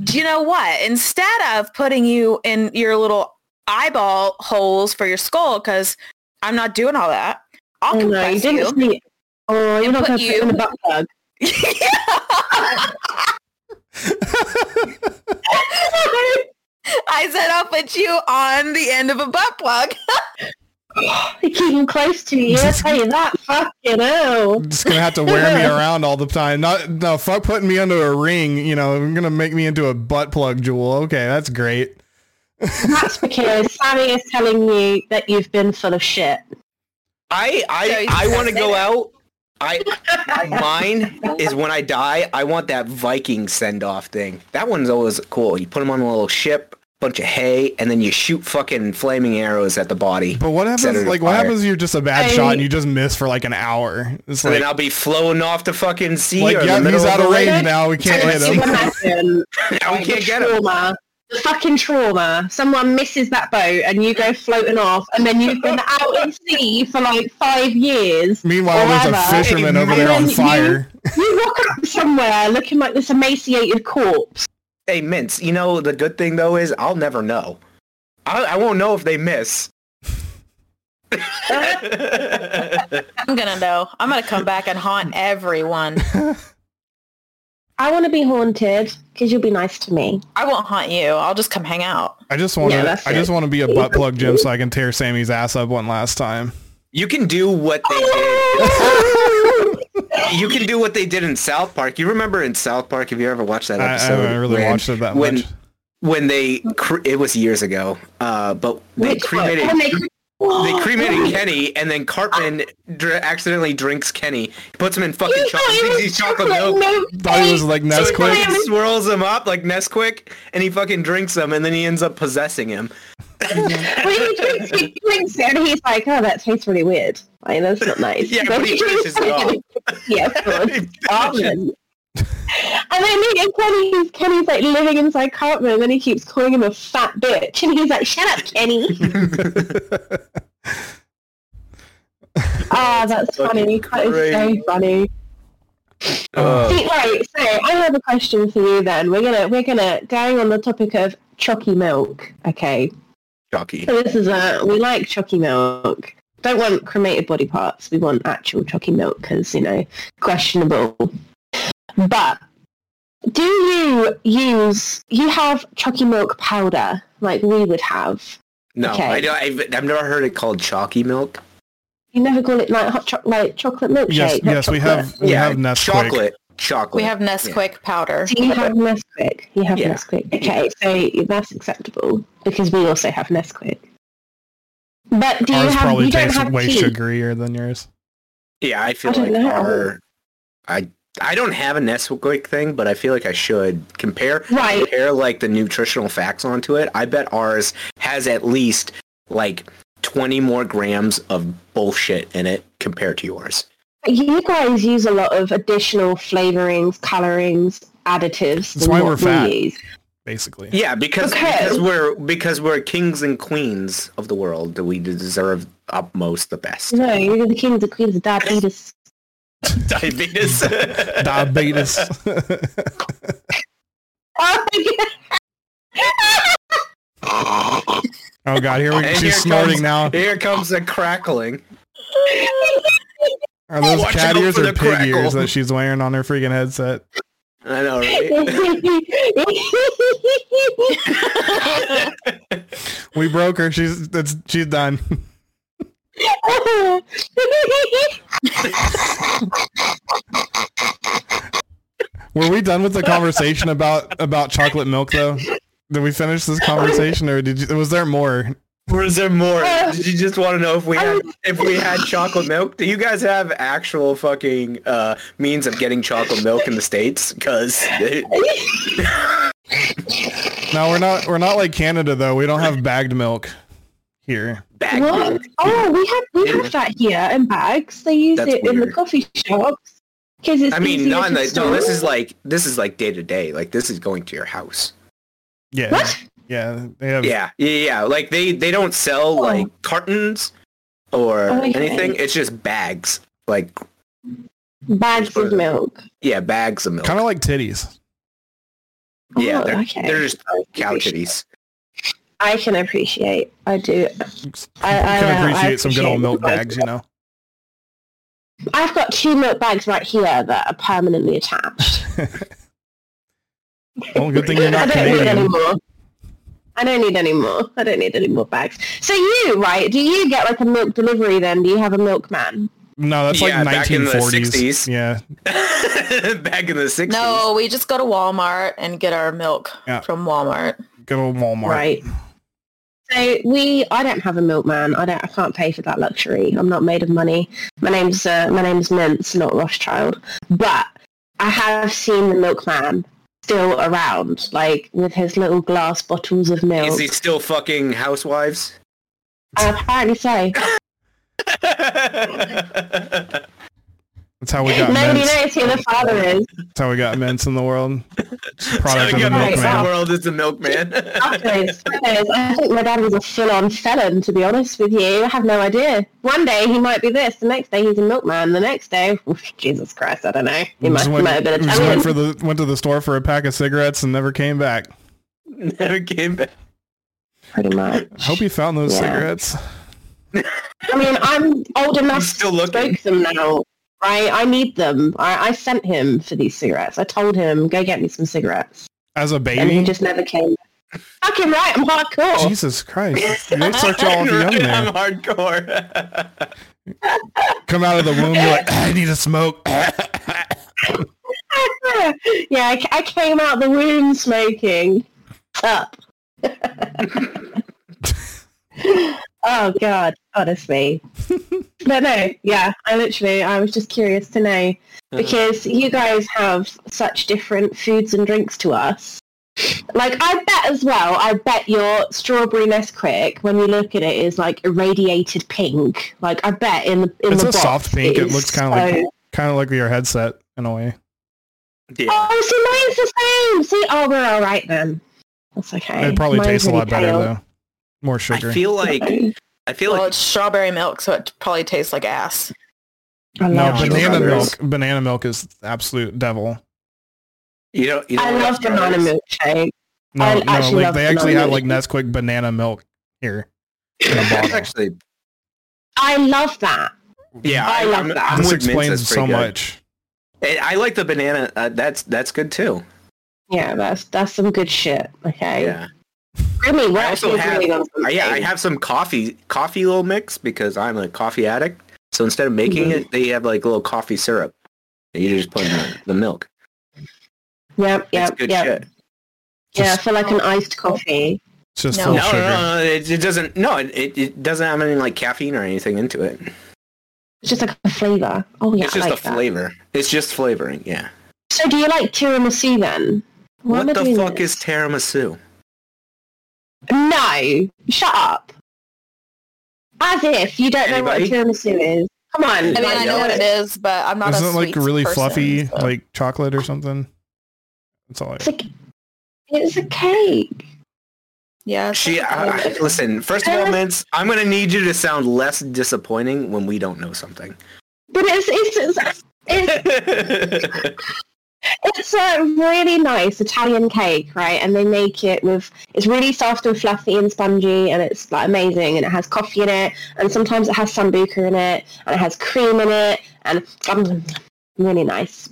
Speaker 4: Do you know what? Instead of putting you in your little eyeball holes for your skull, because I'm not doing all that, I'll
Speaker 3: oh, no, you
Speaker 4: confess
Speaker 3: didn't
Speaker 4: you.
Speaker 3: sleep. Oh, you're not gonna
Speaker 4: put
Speaker 3: put
Speaker 4: you-
Speaker 3: in a butt plug.
Speaker 4: (laughs) I said, I'll put you on the end of a butt plug.
Speaker 3: They keep them close
Speaker 1: (laughs)
Speaker 3: to you. I tell you that. Fucking hell.
Speaker 1: Just gonna have to wear me
Speaker 2: (laughs)
Speaker 1: around all the time. Not no fuck putting me under a ring. You know, you're gonna make me into a butt plug jewel. Okay, that's great.
Speaker 3: That's because Sammy is telling you that you've been full
Speaker 1: (laughs)
Speaker 3: of shit.
Speaker 2: I
Speaker 4: So
Speaker 2: I
Speaker 4: you
Speaker 2: I
Speaker 4: just
Speaker 2: want to
Speaker 4: say
Speaker 2: go
Speaker 4: that.
Speaker 2: out. I mine is when I die. I want that Viking send off thing. That one's always cool. You put them on a little ship, bunch of hay, and then you shoot fucking flaming arrows at the body.
Speaker 1: But what
Speaker 2: Set her
Speaker 1: happens?
Speaker 2: to
Speaker 1: Like, what
Speaker 2: fire.
Speaker 1: happens? if You're just a bad
Speaker 3: Hey.
Speaker 1: shot and you just miss for like an hour. It's
Speaker 2: So
Speaker 1: like,
Speaker 2: then I'll be floating off the fucking sea.
Speaker 1: like
Speaker 2: or the
Speaker 1: yeah,
Speaker 2: middle
Speaker 1: he's
Speaker 2: of
Speaker 1: out
Speaker 2: the
Speaker 1: of
Speaker 2: lake.
Speaker 1: range now. We can't hit
Speaker 3: Can you (laughs)
Speaker 1: him.
Speaker 3: imagine?
Speaker 2: Now we
Speaker 3: Like,
Speaker 2: can't
Speaker 3: the
Speaker 2: get him.
Speaker 3: trauma, the fucking trauma. Someone misses that boat and you go floating off, and then you've
Speaker 2: (laughs)
Speaker 3: been out in sea for like five years.
Speaker 1: Meanwhile, there's a
Speaker 3: Whatever.
Speaker 1: fisherman
Speaker 2: Hey,
Speaker 1: over there on
Speaker 3: you-
Speaker 1: fire.
Speaker 3: You walk up somewhere looking like this emaciated corpse.
Speaker 2: Hey, Mince. You know the good thing though is I'll never know. I, I won't know if they miss. (laughs)
Speaker 4: I'm going to know. I'm going to come back and haunt everyone.
Speaker 3: I want to be haunted because you'll be nice to me.
Speaker 4: I won't haunt you. I'll just come hang out.
Speaker 1: I just want to.
Speaker 3: Yeah, that's
Speaker 1: I just
Speaker 3: it.
Speaker 1: want to be a butt plug gem so I can tear Sammy's ass up one last
Speaker 3: (laughs)
Speaker 1: time. (laughs)
Speaker 2: you can do what they did. you can do what they did in South Park. You remember in South Park? Have you ever watched that
Speaker 1: I- I
Speaker 2: episode?
Speaker 1: haven't really watched it that
Speaker 2: when,
Speaker 1: much.
Speaker 2: When they, cre- it was years ago, uh, but they
Speaker 3: Which one?
Speaker 2: cremated.
Speaker 3: Oh, they cre-
Speaker 2: They cremated Kenny, and then Cartman dr- accidentally drinks Kenny, puts him in fucking
Speaker 3: You
Speaker 2: chocolate,
Speaker 3: thought it
Speaker 2: thinks
Speaker 3: was
Speaker 2: he's chocolate milk,
Speaker 3: milk.
Speaker 1: Thought he was like
Speaker 2: so he
Speaker 1: Nesquik.
Speaker 2: fucking swirls him up like Nesquik, and he fucking drinks him, and then he ends up possessing him.
Speaker 3: When
Speaker 2: (laughs)
Speaker 3: he drinks, he drinks it, and he's like, "Oh, that tastes really weird. Like, that's not nice."
Speaker 2: (laughs) Yeah, but he finishes it off. (laughs)
Speaker 3: yeah, of course.
Speaker 2: He
Speaker 3: Cartman. And then he, and Kenny's, Kenny's like living inside Cartman and then he keeps calling him a fat bitch and he's like, shut up, Kenny. Ah, that's funny. That is
Speaker 2: Fucking
Speaker 3: so funny.
Speaker 2: Uh,
Speaker 3: See, right, so I have a question for you then. We're gonna we're gonna going on the topic of chalky milk. Okay.
Speaker 2: Chucky.
Speaker 3: uh, So this is a we like chalky milk. don't want cremated body parts. We want actual chalky milk because, you know, questionable. But do you use, you have chalky milk powder like we would have.
Speaker 2: No,
Speaker 3: Okay.
Speaker 2: I don't, I've, I've never heard it called chalky milk.
Speaker 3: You never call it like hot cho- like chocolate milkshake.
Speaker 1: Yes,
Speaker 3: hot
Speaker 1: yes, we
Speaker 3: chocolate.
Speaker 1: have we
Speaker 2: yeah,
Speaker 1: have Nesquik.
Speaker 2: chocolate. Chocolate.
Speaker 4: We have Nesquik powder.
Speaker 3: Do you have Nesquik? You have
Speaker 2: Yeah.
Speaker 3: Nesquik. Okay, so that's acceptable because we also have Nesquik. But do you
Speaker 1: Ours
Speaker 3: have?
Speaker 1: probably
Speaker 3: You don't
Speaker 1: tastes
Speaker 3: have
Speaker 1: way
Speaker 3: tea.
Speaker 1: sugarier than yours.
Speaker 2: Yeah, I feel
Speaker 3: I don't
Speaker 2: like
Speaker 3: know.
Speaker 2: our. I I don't have a Nesquik thing, but I feel like I should compare
Speaker 3: Right.
Speaker 2: compare like the nutritional facts onto it. I bet ours has at least like twenty more grams of bullshit in it compared to yours.
Speaker 3: You guys use a lot of additional flavorings, colorings, additives.
Speaker 1: That's
Speaker 3: than
Speaker 1: why
Speaker 3: what
Speaker 1: we're fat.
Speaker 3: We use.
Speaker 1: Basically,
Speaker 2: Yeah, because
Speaker 3: Okay.
Speaker 2: because we're because we're kings and queens of the world. We deserve upmost the best.
Speaker 3: No, you're the kings and queens of diabetes.
Speaker 2: (laughs) Diabetes. (laughs)
Speaker 1: diabetes.
Speaker 3: (laughs) Oh
Speaker 1: oh
Speaker 3: my God. (laughs)
Speaker 1: god, here we
Speaker 2: And
Speaker 1: she's
Speaker 2: here
Speaker 1: snorting
Speaker 2: comes-
Speaker 1: now.
Speaker 2: Here comes the crackling.
Speaker 1: Are those
Speaker 2: Watch
Speaker 1: cat
Speaker 2: out
Speaker 1: ears
Speaker 2: for
Speaker 1: or
Speaker 2: the
Speaker 1: pig
Speaker 2: crackle.
Speaker 1: ears that she's wearing on her freaking headset?
Speaker 2: I know,
Speaker 3: (laughs)
Speaker 2: right?
Speaker 3: oh
Speaker 1: We broke her. She's that's she's done. (laughs) Were we done with the conversation about about chocolate milk though? Did we finish this conversation or did you, was there more?
Speaker 2: Or is there more?
Speaker 3: Uh,
Speaker 2: Did you just want to know if we had if we had chocolate milk? Do you guys have actual fucking uh, means of getting chocolate milk in the states?
Speaker 3: (laughs)
Speaker 2: Because
Speaker 1: No, we're not we're not like Canada though. We don't have bagged milk here.
Speaker 3: What? Oh, we have we have that here in bags. They use
Speaker 2: That's
Speaker 3: it in the
Speaker 2: weird.
Speaker 3: coffee shops because it's.
Speaker 2: I mean,
Speaker 3: easier
Speaker 2: not in
Speaker 3: to
Speaker 2: the, no. This
Speaker 3: store.
Speaker 2: is like this is like day to day. Like this is going to your house.
Speaker 1: Yeah.
Speaker 3: What?
Speaker 1: Yeah. They have
Speaker 2: Yeah, yeah, yeah. Like they they don't
Speaker 3: Oh.
Speaker 2: sell like cartons or
Speaker 3: Okay.
Speaker 2: anything. It's just bags. Like
Speaker 3: bags of milk.
Speaker 2: yeah, bags of milk.
Speaker 1: kind of like titties.
Speaker 2: yeah,
Speaker 3: Oh,
Speaker 2: they're,
Speaker 3: okay.
Speaker 2: they're just cow titties.
Speaker 3: I can appreciate. I do. I,
Speaker 1: You
Speaker 3: I,
Speaker 1: can
Speaker 3: uh, I
Speaker 1: appreciate some good
Speaker 3: appreciate
Speaker 1: old milk
Speaker 3: the-
Speaker 1: bags, you know.
Speaker 3: I've got two milk bags right here that are permanently attached.
Speaker 1: Well, good thing you're
Speaker 3: I (laughs)
Speaker 1: not
Speaker 3: don't need any
Speaker 1: Canadian.
Speaker 3: more. I don't need any more. I don't need any more bags. So you, right? Do you get like a milk delivery then? Do you have a milkman?
Speaker 1: No, that's
Speaker 2: Yeah,
Speaker 1: like
Speaker 2: back in the
Speaker 1: 1940s.
Speaker 2: 60s.
Speaker 1: Yeah.
Speaker 2: (laughs) Back in the sixties.
Speaker 4: No, we just go to Walmart and get our milk
Speaker 1: Yeah.
Speaker 4: from Walmart.
Speaker 1: Good old Walmart.
Speaker 3: Right. So we, I don't have a milkman. I don't. I can't pay for that luxury. I'm not made of money. My name's uh, my name's Mintz, not Rothschild. But I have seen the milkman still around, like with his little glass bottles of milk.
Speaker 2: Is he still fucking housewives?
Speaker 3: Uh, apparently so.
Speaker 1: That's how we got
Speaker 3: Nobody
Speaker 1: mints.
Speaker 3: knows who the father is.
Speaker 1: That's how we got mints in the
Speaker 2: (laughs)
Speaker 1: world. It's a Product of the
Speaker 2: Telling him
Speaker 3: got
Speaker 2: the
Speaker 3: mints.
Speaker 1: milkman.
Speaker 2: world is the
Speaker 3: (laughs)
Speaker 2: milkman. (laughs)
Speaker 3: Fuckers, fuckers. I think my dad was a full-on felon, to be honest with you. I have no idea. One day he might be this, the next day he's a milkman, the next day, Jesus Christ, I don't know. He might,
Speaker 1: Just
Speaker 3: he
Speaker 1: went,
Speaker 3: might have been
Speaker 1: just went
Speaker 3: Italian.
Speaker 1: for the went to the store for a pack of cigarettes and never came back.
Speaker 2: Never came back.
Speaker 3: Pretty much.
Speaker 1: I hope you found those
Speaker 3: Yeah.
Speaker 1: cigarettes.
Speaker 3: I mean, I'm old enough
Speaker 2: still
Speaker 3: to
Speaker 2: looking. (laughs)
Speaker 3: smoke them now. I, I need them. I, I sent him for these cigarettes. I told him, go get me some cigarettes.
Speaker 1: As a
Speaker 3: And he
Speaker 1: baby.
Speaker 3: just never came. Fucking right, I'm hardcore.
Speaker 1: Jesus
Speaker 3: (laughs)
Speaker 1: Christ! They start you off young
Speaker 2: I'm (laughs)
Speaker 1: there.
Speaker 2: hardcore.
Speaker 1: Come out of the womb, you're like, "Ah, I need a smoke.
Speaker 3: (laughs) yeah, I, I came out the womb smoking.
Speaker 1: (laughs)
Speaker 3: Up. oh God, honestly. but no, yeah, I literally, I was just curious to know because you guys have such different foods and drinks to us. Like, I bet as well, I bet your strawberry Nesquik, when you look at it, is like irradiated pink. Like, I bet in the in
Speaker 1: It's
Speaker 3: the
Speaker 1: a
Speaker 3: box
Speaker 1: soft pink. It
Speaker 3: is
Speaker 1: looks kind
Speaker 3: so-
Speaker 1: of like kind of like your headset in a way.
Speaker 2: (laughs) yeah.
Speaker 3: Oh, see, mine's the same. See, oh, we're all right then. That's okay.
Speaker 1: It probably
Speaker 3: Mine's
Speaker 1: tastes a
Speaker 3: really
Speaker 1: lot better
Speaker 3: pale.
Speaker 1: though. More
Speaker 2: I
Speaker 1: sugar.
Speaker 2: feel like I feel
Speaker 4: Well,
Speaker 2: like
Speaker 4: it's strawberry milk, so it probably tastes like ass.
Speaker 3: I
Speaker 1: No,
Speaker 3: love
Speaker 1: banana
Speaker 2: strawberries.
Speaker 1: milk. Banana milk is absolute devil.
Speaker 2: you know. You know
Speaker 3: I
Speaker 2: what
Speaker 3: love
Speaker 2: strawberries-
Speaker 3: banana milkshake.
Speaker 1: No,
Speaker 3: I
Speaker 1: no,
Speaker 3: actually
Speaker 1: like
Speaker 3: love
Speaker 1: they actually
Speaker 3: banana
Speaker 1: have like
Speaker 3: milk.
Speaker 1: Nesquik banana milk here. In a
Speaker 2: (laughs) That's
Speaker 1: bottle.
Speaker 2: actually
Speaker 3: I love that.
Speaker 2: Yeah,
Speaker 3: I love
Speaker 2: I'm-
Speaker 3: that.
Speaker 2: I'm
Speaker 1: this
Speaker 2: with Vince,
Speaker 1: explains
Speaker 2: that's
Speaker 1: so
Speaker 2: pretty good.
Speaker 1: much.
Speaker 2: And I like the banana. Uh, that's that's good too.
Speaker 3: Yeah, that's that's some good shit. Okay.
Speaker 2: Yeah.
Speaker 3: Really, we're
Speaker 2: I also
Speaker 3: actually
Speaker 2: have
Speaker 3: agreeing on
Speaker 2: uh,
Speaker 3: something.
Speaker 2: yeah, I have some coffee coffee little mix because I'm a coffee addict. So instead of making
Speaker 3: Mm-hmm.
Speaker 2: it, they have like little coffee syrup. And you just put in the, the milk.
Speaker 3: Yep,
Speaker 2: It's
Speaker 3: yep,
Speaker 2: good
Speaker 3: yep.
Speaker 2: shit.
Speaker 3: Yeah,
Speaker 1: Just-
Speaker 3: for like an iced coffee.
Speaker 1: It's just
Speaker 4: No.
Speaker 1: full
Speaker 2: No,
Speaker 1: of
Speaker 2: no,
Speaker 1: sugar.
Speaker 2: no, no, it, it doesn't. No, it- it, it doesn't have any like caffeine or anything into it.
Speaker 3: It's just like a flavour. Oh yeah,
Speaker 2: it's
Speaker 3: I
Speaker 2: just
Speaker 3: like
Speaker 2: a
Speaker 3: that.
Speaker 2: flavor. It's just flavoring. Yeah.
Speaker 3: So do you like tiramisu then? Why am I
Speaker 2: what the
Speaker 3: doing
Speaker 2: fuck
Speaker 3: this?
Speaker 2: is tiramisu?
Speaker 3: No, shut up. As if you don't
Speaker 2: Anybody?
Speaker 3: know what a tiramisu is. Come on.
Speaker 4: I mean,
Speaker 2: Yeah.
Speaker 4: I know what it is, but I'm not.
Speaker 1: Isn't
Speaker 4: a
Speaker 1: it like
Speaker 4: sweets
Speaker 1: really
Speaker 4: person,
Speaker 1: fluffy,
Speaker 4: so-
Speaker 1: like chocolate or something? That's all I.
Speaker 3: It's a, it's a cake.
Speaker 4: yeah. it's
Speaker 2: She
Speaker 4: like-
Speaker 1: ah,
Speaker 2: uh, (laughs) listen. First of
Speaker 3: (laughs)
Speaker 2: all, Mince, I'm gonna need you to sound less disappointing when we don't know
Speaker 3: (laughs)
Speaker 2: something.
Speaker 3: But it's it's it's, it's, it's a really nice Italian cake, right? And they make it with it's really soft and fluffy and spongy, and it's like amazing. And it has coffee in it, and sometimes it has sambuca in it, and it has cream in it, and um, really nice,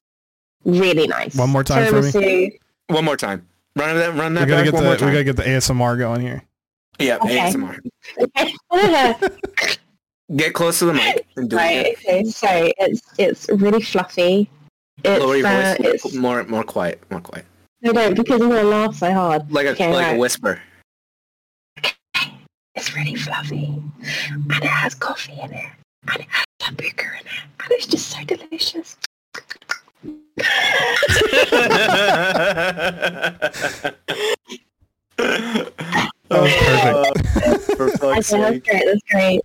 Speaker 3: really nice.
Speaker 1: One more time for me.
Speaker 3: Tiramisu.
Speaker 2: one more time. Run that. Run
Speaker 1: we
Speaker 2: that
Speaker 1: gotta
Speaker 2: back
Speaker 1: get
Speaker 2: one
Speaker 1: the
Speaker 2: more
Speaker 1: we
Speaker 2: time.
Speaker 1: gotta get the ASMR going here.
Speaker 2: yeah.
Speaker 3: Okay.
Speaker 2: ASMR. (laughs)
Speaker 3: Okay. (laughs)
Speaker 2: Get close to the mic and do
Speaker 3: right.
Speaker 2: it.
Speaker 3: Okay. So it's it's really fluffy. It's,
Speaker 2: Lower your
Speaker 3: uh,
Speaker 2: voice.
Speaker 3: it's
Speaker 2: More. More quiet. More quiet.
Speaker 3: no, no, because I'm gonna laugh so hard.
Speaker 2: Like a
Speaker 3: Okay,
Speaker 2: like
Speaker 3: right.
Speaker 2: a
Speaker 3: (laughs)
Speaker 2: whisper.
Speaker 3: It's really fluffy, and it has coffee in it, and it has sambuca in it, and it's just so delicious.
Speaker 1: Oh,
Speaker 2: For fuck's
Speaker 3: Okay, that's
Speaker 2: sake.
Speaker 3: great. That's great.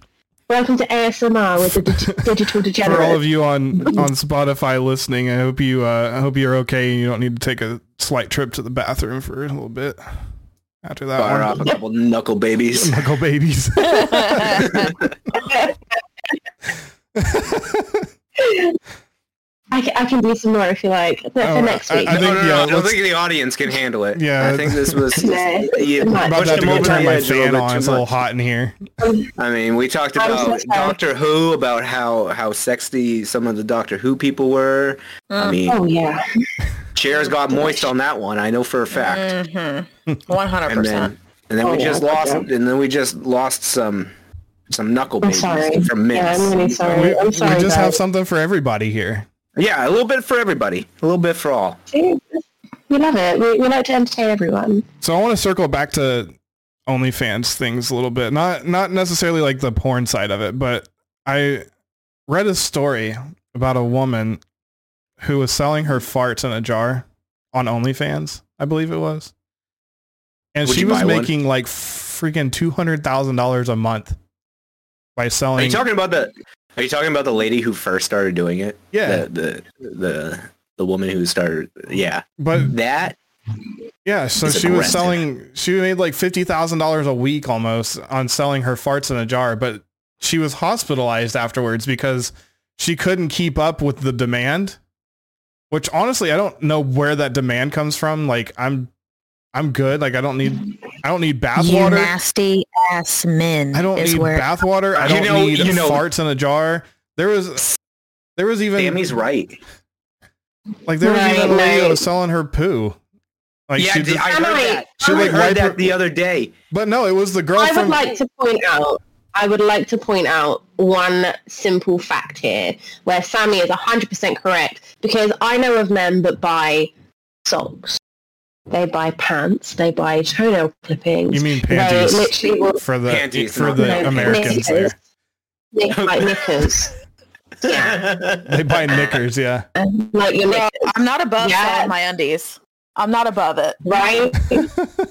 Speaker 3: Welcome to ASMR with
Speaker 1: (laughs)
Speaker 3: the dig- digital degenerate.
Speaker 1: For all of you on on Spotify listening, I hope you uh, I hope you're okay and you don't need to take a slight trip to the bathroom for a little bit after that
Speaker 2: Fire off
Speaker 1: one.
Speaker 2: a
Speaker 1: (laughs)
Speaker 2: couple knuckle babies.
Speaker 1: Knuckle
Speaker 3: (laughs)
Speaker 1: babies.
Speaker 3: I, can, I can do some more if you like for,
Speaker 1: Oh,
Speaker 3: for next
Speaker 1: I-
Speaker 3: week.
Speaker 1: I
Speaker 2: no,
Speaker 1: think,
Speaker 2: no, no,
Speaker 1: yeah,
Speaker 2: I don't
Speaker 1: let's-
Speaker 2: think the audience can handle it.
Speaker 1: Yeah.
Speaker 2: I think this was.
Speaker 3: (laughs) No,
Speaker 2: you
Speaker 3: I'm
Speaker 1: I'm about
Speaker 2: pushed
Speaker 1: to have to
Speaker 2: him
Speaker 1: go
Speaker 2: over
Speaker 1: turn
Speaker 2: the
Speaker 1: my
Speaker 2: edge a
Speaker 1: fan
Speaker 2: little
Speaker 1: on.
Speaker 2: bit
Speaker 1: It's
Speaker 2: too
Speaker 1: a little
Speaker 2: much.
Speaker 1: hot in here.
Speaker 2: I mean, we talked
Speaker 3: I'm so
Speaker 2: about
Speaker 3: sorry.
Speaker 2: Doctor Who, about how how sexy some of the Doctor Who people were. I
Speaker 4: Mm.
Speaker 2: mean,
Speaker 3: oh yeah.
Speaker 2: chairs got moist on that one. I know for a fact.
Speaker 4: Mm.
Speaker 1: (laughs)
Speaker 4: Mm-hmm. One hundred
Speaker 2: And
Speaker 4: percent.
Speaker 2: then and then
Speaker 3: Oh,
Speaker 2: we
Speaker 3: yeah,
Speaker 2: just
Speaker 3: okay.
Speaker 2: lost and then we just lost some some knuckle
Speaker 3: I'm
Speaker 2: babies
Speaker 3: sorry.
Speaker 2: from
Speaker 3: Yeah,
Speaker 2: Mints.
Speaker 3: I'm really sorry.
Speaker 1: We,
Speaker 3: I'm sorry.
Speaker 1: we just have
Speaker 3: guys.
Speaker 1: something for everybody here.
Speaker 2: yeah, a little bit for everybody, a little bit for all.
Speaker 3: We love it. We, we like to entertain everyone.
Speaker 1: So I want to circle back to OnlyFans things a little bit. Not not necessarily like the porn side of it, but I read a story about a woman who was selling her farts in a jar on OnlyFans, I believe it was. And
Speaker 2: Would
Speaker 1: she
Speaker 2: you
Speaker 1: was
Speaker 2: buy one?
Speaker 1: making like freaking two hundred thousand dollars a month by
Speaker 2: Are you
Speaker 1: selling.
Speaker 2: talking about the? Are you talking about the lady who first started doing it?
Speaker 1: yeah,
Speaker 2: The the the, the woman who started. Yeah,
Speaker 1: but
Speaker 2: that
Speaker 1: Yeah, so
Speaker 2: It's
Speaker 1: she was
Speaker 2: aggressive.
Speaker 1: selling. She made like fifty thousand dollars a week almost on selling her farts in a jar, but she was hospitalized afterwards because she couldn't keep up with the demand. Which honestly, I don't know where that demand comes from. Like, I'm, I'm good. Like, I don't need, I don't need bath
Speaker 5: You
Speaker 1: water.
Speaker 5: nasty ass men.
Speaker 1: I don't
Speaker 5: is
Speaker 1: need
Speaker 5: where
Speaker 1: bath water. I
Speaker 2: You
Speaker 1: don't
Speaker 2: know-
Speaker 1: need
Speaker 2: you know-
Speaker 1: farts in a jar. There was, there was even
Speaker 2: Sammy's right.
Speaker 1: like there was
Speaker 3: Right,
Speaker 1: even a lady that
Speaker 3: right.
Speaker 1: was selling her poo. Like
Speaker 2: yeah,
Speaker 1: she did,
Speaker 2: I heard that.
Speaker 1: She,
Speaker 2: I
Speaker 1: like,
Speaker 2: heard
Speaker 1: wiped
Speaker 2: that
Speaker 1: her-
Speaker 2: the other day.
Speaker 1: but no, it was the girl
Speaker 3: I would
Speaker 1: from.
Speaker 3: like to point out. I would like to point out one simple fact here, where Sammy is hundred percent correct because I know of men that buy socks, they buy pants, they buy toenail clippings.
Speaker 1: you mean
Speaker 3: they
Speaker 1: panties?
Speaker 3: literally will
Speaker 1: for the
Speaker 2: Panties,
Speaker 1: for
Speaker 2: not
Speaker 1: the
Speaker 3: no,
Speaker 2: pants.
Speaker 1: Americans
Speaker 3: knickers.
Speaker 1: there.
Speaker 3: Knick- like knickers,
Speaker 1: They buy knickers, yeah.
Speaker 3: and like your knickers,
Speaker 4: I'm not above
Speaker 3: Yeah.
Speaker 4: selling my undies. I'm not above it.
Speaker 1: (laughs)
Speaker 3: right?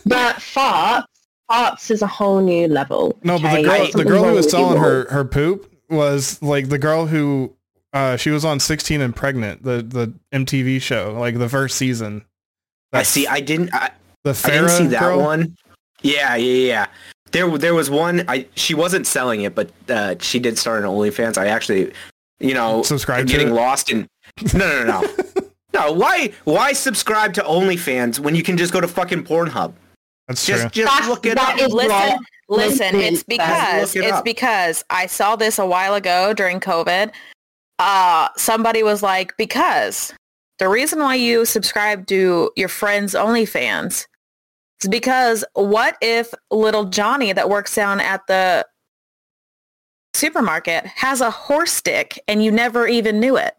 Speaker 3: but farts, farts is a whole new level.
Speaker 1: No, but
Speaker 3: okay?
Speaker 1: the girl
Speaker 3: Like,
Speaker 1: the girl who was
Speaker 3: something's wrong
Speaker 1: selling
Speaker 3: with you
Speaker 1: her her poop was like the girl who uh she was on 16 and pregnant, the the MTV show, like the first season.
Speaker 2: I see. I didn't. I,
Speaker 1: the
Speaker 2: I didn't
Speaker 1: Farrah
Speaker 2: see that
Speaker 1: girl.
Speaker 2: one. Yeah, yeah, yeah. There, there was one. I she wasn't selling it, but uh, she did start an OnlyFans. I actually, you know,
Speaker 1: Subscribe to
Speaker 2: getting
Speaker 1: it? (laughs)
Speaker 2: lost in. No, no, no. no, why, why subscribe to OnlyFans when you can just go to fucking Pornhub?
Speaker 1: That's true.
Speaker 2: Just, just
Speaker 3: That's-
Speaker 2: look it
Speaker 3: that
Speaker 2: up.
Speaker 3: is
Speaker 4: Listen,
Speaker 3: wrong.
Speaker 4: Listen,
Speaker 3: Listen,
Speaker 4: it's because
Speaker 2: look it
Speaker 4: it's
Speaker 2: up.
Speaker 4: because I saw this a while ago during COVID. Uh, somebody was like, because the reason why you subscribe to your friends OnlyFans is because what if little Johnny that works down at the supermarket has a horse dick and you never even knew it?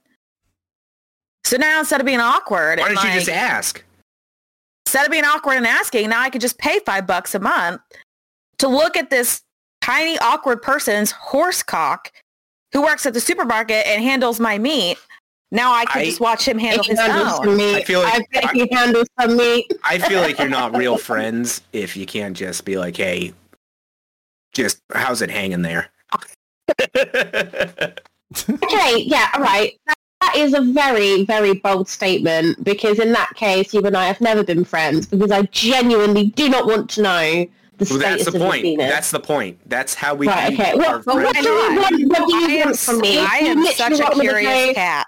Speaker 4: So now instead of being awkward,
Speaker 2: Why
Speaker 4: and
Speaker 2: did you
Speaker 4: like-
Speaker 2: just ask?
Speaker 4: instead of being awkward and asking, now I could just pay five bucks a month to look at this tiny awkward person's horse cock who works at the supermarket and handles my meat. Now I can
Speaker 2: I-
Speaker 4: just watch him handle
Speaker 3: He
Speaker 4: his
Speaker 3: handles
Speaker 4: own.
Speaker 3: some meat. I,
Speaker 2: I feel like-
Speaker 3: bet he handles some meat.
Speaker 2: I feel like you're not real friends if you can't just be like, hey, just how's it hanging there?
Speaker 3: Okay, yeah, all right. That- That is a very, very bold statement because in that case, you and I have never been friends because I genuinely do not want to know the
Speaker 2: Well, that's
Speaker 3: status
Speaker 2: the
Speaker 3: of your
Speaker 2: point.
Speaker 3: penis.
Speaker 2: That's the point. That's how we
Speaker 3: right.
Speaker 2: keep
Speaker 3: Okay.
Speaker 2: our
Speaker 3: Well, well, what,
Speaker 2: friends.
Speaker 3: do you
Speaker 4: not?
Speaker 3: want, what do
Speaker 4: I
Speaker 3: you
Speaker 4: am,
Speaker 3: want from me?
Speaker 4: I
Speaker 3: You
Speaker 4: am
Speaker 3: literally
Speaker 4: such a
Speaker 3: want me to say,
Speaker 4: curious cat.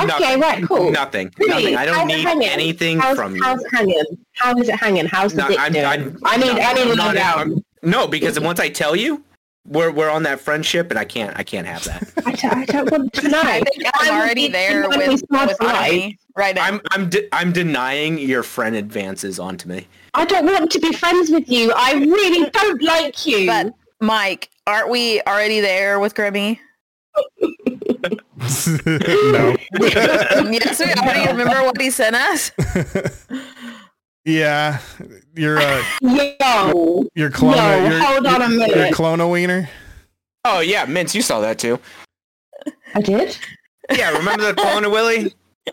Speaker 3: Okay, right, cool.
Speaker 2: Nothing.
Speaker 3: Really?
Speaker 2: Nothing. I
Speaker 3: How's
Speaker 2: don't
Speaker 3: it
Speaker 2: need
Speaker 3: hanging?
Speaker 2: anything
Speaker 3: how's,
Speaker 2: from you.
Speaker 3: how's it hanging? How is it hanging? How's the
Speaker 2: No,
Speaker 3: dick
Speaker 2: I'm-
Speaker 3: doing?
Speaker 2: I'm-
Speaker 3: I need,
Speaker 2: no,
Speaker 3: I need
Speaker 2: I'm
Speaker 3: to
Speaker 2: not-
Speaker 3: know down.
Speaker 2: I'm- No, because once I tell you, we're we're on that friendship, and I can't I can't have
Speaker 3: (laughs)
Speaker 2: that.
Speaker 3: I don't, I don't want to know.
Speaker 4: I think I'm already there with, with Ani right now.
Speaker 2: I'm I'm de- I'm denying your friend advances onto
Speaker 3: (laughs)
Speaker 2: me. (laughs)
Speaker 3: I don't want to be friends with you. I really don't like you.
Speaker 4: but Mike, aren't we already there with Grimmy?
Speaker 1: (laughs) no.
Speaker 4: yes, we
Speaker 3: (laughs)
Speaker 4: already remember what he sent us.
Speaker 1: Yeah, you're uh,
Speaker 3: Yo,
Speaker 1: you're clona.
Speaker 3: (laughs) No,
Speaker 1: you're,
Speaker 3: hold on a
Speaker 1: you're- You're
Speaker 3: minute.
Speaker 1: clona wiener.
Speaker 2: Oh yeah, Mince, you saw that too.
Speaker 3: I did.
Speaker 2: Yeah, remember the clone of
Speaker 3: (laughs)
Speaker 2: Willie?
Speaker 3: Oh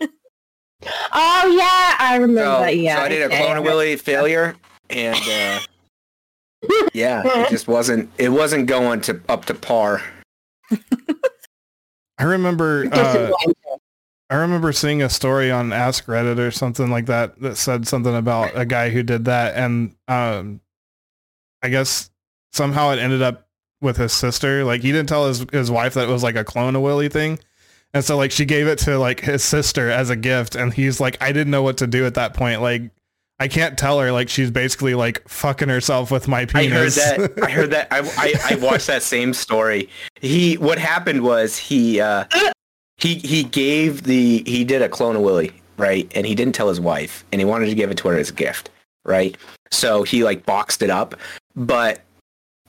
Speaker 3: yeah, I remember
Speaker 2: So,
Speaker 3: that. Yeah,
Speaker 2: so I did a
Speaker 3: okay.
Speaker 2: clone of Willie failure, and uh, yeah,
Speaker 3: (laughs)
Speaker 2: it just wasn't it wasn't going to up to par.
Speaker 1: I remember. Uh,
Speaker 3: Disappointed.
Speaker 1: I remember seeing a story on Ask Reddit or something like that that said something about a guy who did that, and um, I guess somehow it ended up with his sister. Like he didn't tell his his wife that it was like a clone of Willie thing, and so like she gave it to like his sister as a gift, and he's like, I didn't know what to do at that point. Like I can't tell her. Like she's basically like fucking herself with my
Speaker 2: I heard
Speaker 1: penis.
Speaker 2: that.
Speaker 1: (laughs)
Speaker 2: I heard that. I, I, I watched that same story. He what happened was he uh, he he gave the he did a clone of Willie right, and he didn't tell his wife, and he wanted to give it to her as a gift right. So he like boxed it up, but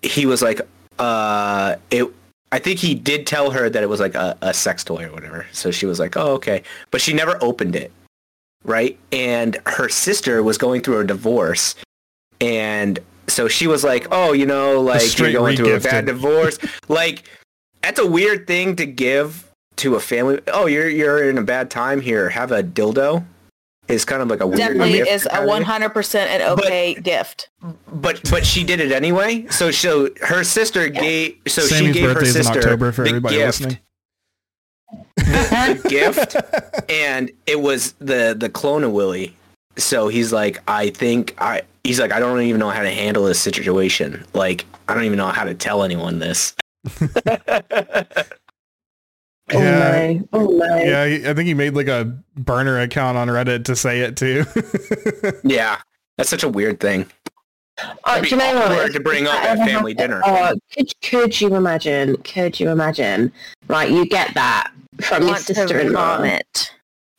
Speaker 2: he was like uh it. I think he did tell her that it was like a, a sex toy or whatever. So she was like, "Oh, okay," but she never opened it, right? And her sister was going through a divorce, and so she was like, "Oh, you know, like you're
Speaker 1: straight
Speaker 2: going through a bad
Speaker 1: regifted. (laughs)
Speaker 2: divorce. like that's a weird thing to give to a family. Oh, you're you're in a bad time here. Have a dildo." Is kind of like a weird
Speaker 4: Definitely
Speaker 2: gift
Speaker 4: is a
Speaker 2: kinda.
Speaker 4: 100% an okay gift.
Speaker 2: but but she did it anyway. So so her sister gave so she
Speaker 1: Sammy's
Speaker 2: gave her
Speaker 1: birthday is in
Speaker 2: sister
Speaker 1: October for
Speaker 2: the
Speaker 1: everybody
Speaker 2: gift,
Speaker 1: listening. (laughs)
Speaker 2: the gift, and it was the the clone of Willie. So he's like, I think I. He's like, I don't even know how to handle this situation. Like, I don't even know how to tell anyone this.
Speaker 3: Oh
Speaker 1: Yeah.
Speaker 3: no! Oh no!
Speaker 1: Yeah, he- I think he made like a burner account on Reddit to say it too.
Speaker 2: Yeah, that's such a weird thing. (laughs)
Speaker 3: Oh,
Speaker 2: That'd
Speaker 3: do
Speaker 2: be
Speaker 3: you know what?
Speaker 2: awkward to bring up at
Speaker 3: Ever
Speaker 2: family
Speaker 3: happen-
Speaker 2: dinner.
Speaker 3: Oh, could, could you imagine? Could you imagine? Right, you get that from your
Speaker 4: Want to
Speaker 3: sister-in-law,
Speaker 4: vomit.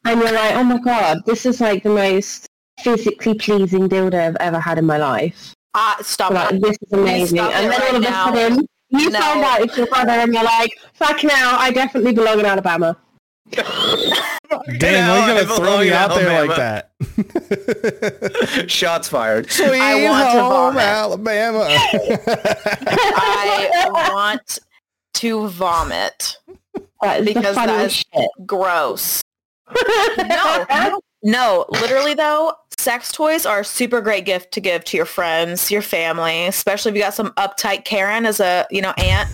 Speaker 3: and you're like, oh my god, this is like the most physically pleasing dildo I've ever had in my life.
Speaker 4: Ah, stop
Speaker 3: Like,
Speaker 4: it.
Speaker 3: this is amazing.
Speaker 4: stop it
Speaker 3: And then
Speaker 4: right
Speaker 3: all of a
Speaker 4: now.
Speaker 3: sudden, you
Speaker 4: No.
Speaker 3: find out it's your brother, and you're like, fuck now, I definitely belong in Alabama. (laughs)
Speaker 1: Damn, why you
Speaker 2: Hell,
Speaker 1: gonna throw me out there
Speaker 2: Alabama.
Speaker 1: like that?
Speaker 2: Shots fired.
Speaker 1: Sweet
Speaker 4: I want to vomit.
Speaker 1: Alabama.
Speaker 4: I
Speaker 3: (laughs)
Speaker 4: want to vomit.
Speaker 3: That is
Speaker 4: Because
Speaker 3: the
Speaker 4: that
Speaker 3: funniest
Speaker 4: is-
Speaker 3: (laughs) shit.
Speaker 4: Gross. No, no, no. Literally though, sex toys are a super great gift to give to your friends, your family, especially if you got some uptight Karen as a, you know, aunt,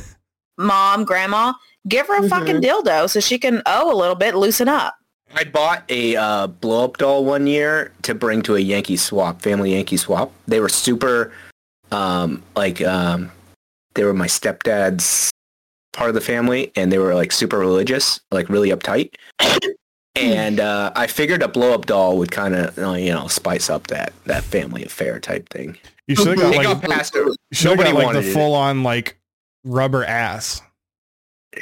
Speaker 4: mom, grandma. Give her a fucking dildo so she can owe a little bit, loosen up.
Speaker 2: I bought a uh, blow up doll one year to bring to a Yankee swap, family Yankee swap. They were super, um, like, um, they were my stepdad's part of the family, and they were like super religious, like really uptight. and uh, I figured a blow up doll would kind of, you know, spice up that that family affair type thing.
Speaker 1: (laughs) You should have got
Speaker 2: It
Speaker 1: like
Speaker 2: got past her.
Speaker 1: you should have
Speaker 2: Nobody
Speaker 1: got like the
Speaker 2: wanted it.
Speaker 1: full on like rubber ass.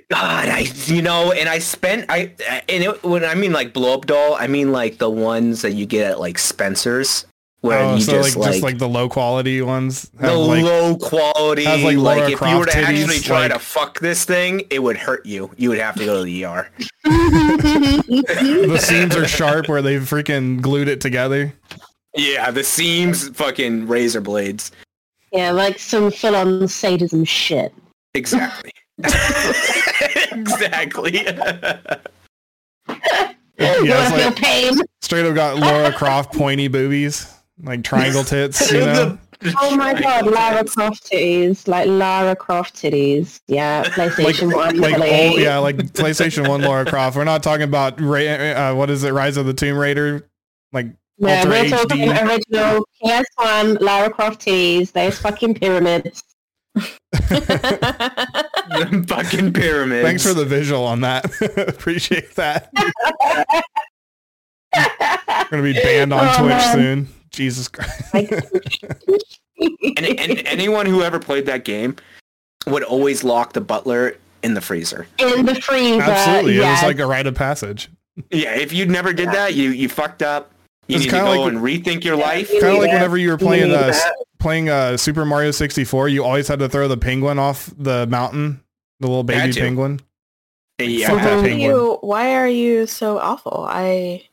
Speaker 2: God, I you know, and I spent I and it, when I mean like blow up doll, I mean like the ones that you get at like Spencer's, where
Speaker 1: Oh,
Speaker 2: you
Speaker 1: so
Speaker 2: just,
Speaker 1: like,
Speaker 2: like,
Speaker 1: just like the low quality ones have
Speaker 2: the
Speaker 1: like
Speaker 2: low quality.
Speaker 1: has, like,
Speaker 2: like
Speaker 1: Lara
Speaker 2: if you
Speaker 1: Croft
Speaker 2: were to actually
Speaker 1: titties,
Speaker 2: try
Speaker 1: like-
Speaker 2: to fuck this thing, it would hurt you. You would have to go to the ER.
Speaker 1: the seams are sharp where they freaking glued it
Speaker 2: (laughs)
Speaker 1: together.
Speaker 2: (laughs) Yeah, the seams, fucking razor blades.
Speaker 3: (laughs) Yeah, like some full-on sadism shit.
Speaker 2: (laughs) Exactly. exactly.
Speaker 3: you
Speaker 1: Yeah,
Speaker 3: want
Speaker 1: it's
Speaker 3: to
Speaker 1: like
Speaker 3: feel pain?
Speaker 1: straight up got Laura Croft pointy boobies, like triangle
Speaker 2: (laughs)
Speaker 1: tits, you know.
Speaker 3: Oh my god, Lara Croft titties. Like Lara Croft titties. Yeah,
Speaker 1: Like,
Speaker 3: PlayStation 1.
Speaker 1: like
Speaker 3: Billy. (laughs)
Speaker 1: old, yeah, like PlayStation One Laura Croft. We're not talking about Ra- uh, what is it, Rise of the Tomb Raider, like
Speaker 3: Yeah,
Speaker 1: Ultra
Speaker 3: we're talking
Speaker 1: HD.
Speaker 3: original PS1 Lara Croft titties. Those fucking (laughs) pyramids.
Speaker 2: (laughs) the fucking pyramids.
Speaker 1: Thanks for the visual on that. (laughs) Appreciate that. We're gonna be banned on
Speaker 3: Oh,
Speaker 1: Twitch
Speaker 3: man.
Speaker 1: soon. Jesus Christ.
Speaker 3: Like,
Speaker 2: and, and anyone who ever played that game would always lock the butler in the freezer.
Speaker 3: in the freezer.
Speaker 1: Absolutely. It was
Speaker 3: yes.
Speaker 1: like a rite of passage.
Speaker 2: Yeah, if you never did that, you you fucked up. You
Speaker 1: It's
Speaker 2: need to
Speaker 1: kinda
Speaker 2: go
Speaker 1: like-
Speaker 2: and rethink your life.
Speaker 1: Kind of
Speaker 3: need
Speaker 1: like
Speaker 3: that.
Speaker 1: whenever you were
Speaker 3: You
Speaker 1: playing
Speaker 3: need
Speaker 1: uh, s-
Speaker 3: that.
Speaker 1: playing uh, Super Mario 64, you always had to throw the penguin off the mountain, the little
Speaker 2: Had
Speaker 1: baby
Speaker 2: to.
Speaker 1: penguin. Fuck that
Speaker 2: Yeah,
Speaker 4: Why are
Speaker 1: penguin.
Speaker 4: you, why are you so awful? I,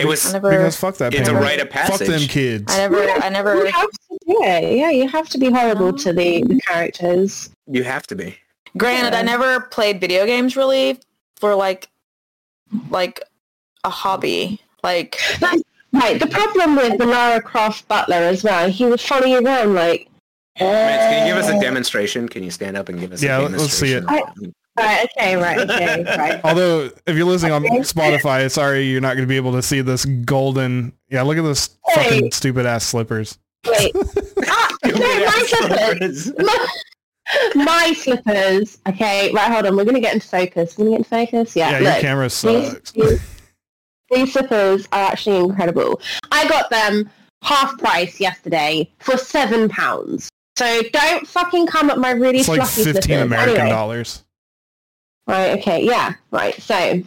Speaker 2: it
Speaker 4: I
Speaker 2: was.
Speaker 4: never,
Speaker 1: Because fuck that
Speaker 2: It's a
Speaker 1: penguin.
Speaker 2: rite of
Speaker 1: Fuck them
Speaker 2: passage.
Speaker 1: kids.
Speaker 4: I never, I
Speaker 3: You (laughs)
Speaker 4: never.
Speaker 3: have to do it. Yeah, you have to be horrible to the, the characters.
Speaker 2: You have to be.
Speaker 4: Granted, I
Speaker 3: Yeah.
Speaker 4: never played video games really for like, like a hobby. Like,
Speaker 3: Right, the problem with the Lara Croft butler as well, he was following around like...
Speaker 2: Mance, can you give us a
Speaker 3: uh,
Speaker 2: demonstration? Can you stand up and give us?
Speaker 1: Yeah,
Speaker 2: a
Speaker 1: let's see it.
Speaker 2: demonstration?
Speaker 3: Right, okay, right, okay,
Speaker 2: (laughs)
Speaker 3: right.
Speaker 1: Although, if you're listening on
Speaker 3: Okay.
Speaker 1: Spotify, sorry, you're not going to be able to see this golden. Yeah, look at this fucking
Speaker 3: Hey.
Speaker 1: stupid ass slippers.
Speaker 3: (laughs) Wait. Ah, no, my slippers. My, (laughs) my slippers. Okay, right, hold on. We're going to get into focus. We're going to get into focus. Yeah,
Speaker 1: Yeah, your
Speaker 3: look.
Speaker 1: camera sucks.
Speaker 3: These, these slippers are actually incredible. I got them half price yesterday for seven pounds. So don't fucking come at my really
Speaker 1: It's like
Speaker 3: fluffy
Speaker 1: 15
Speaker 3: slippers.
Speaker 1: American
Speaker 3: Anyway,
Speaker 1: dollars.
Speaker 3: Right, okay, yeah, right. So I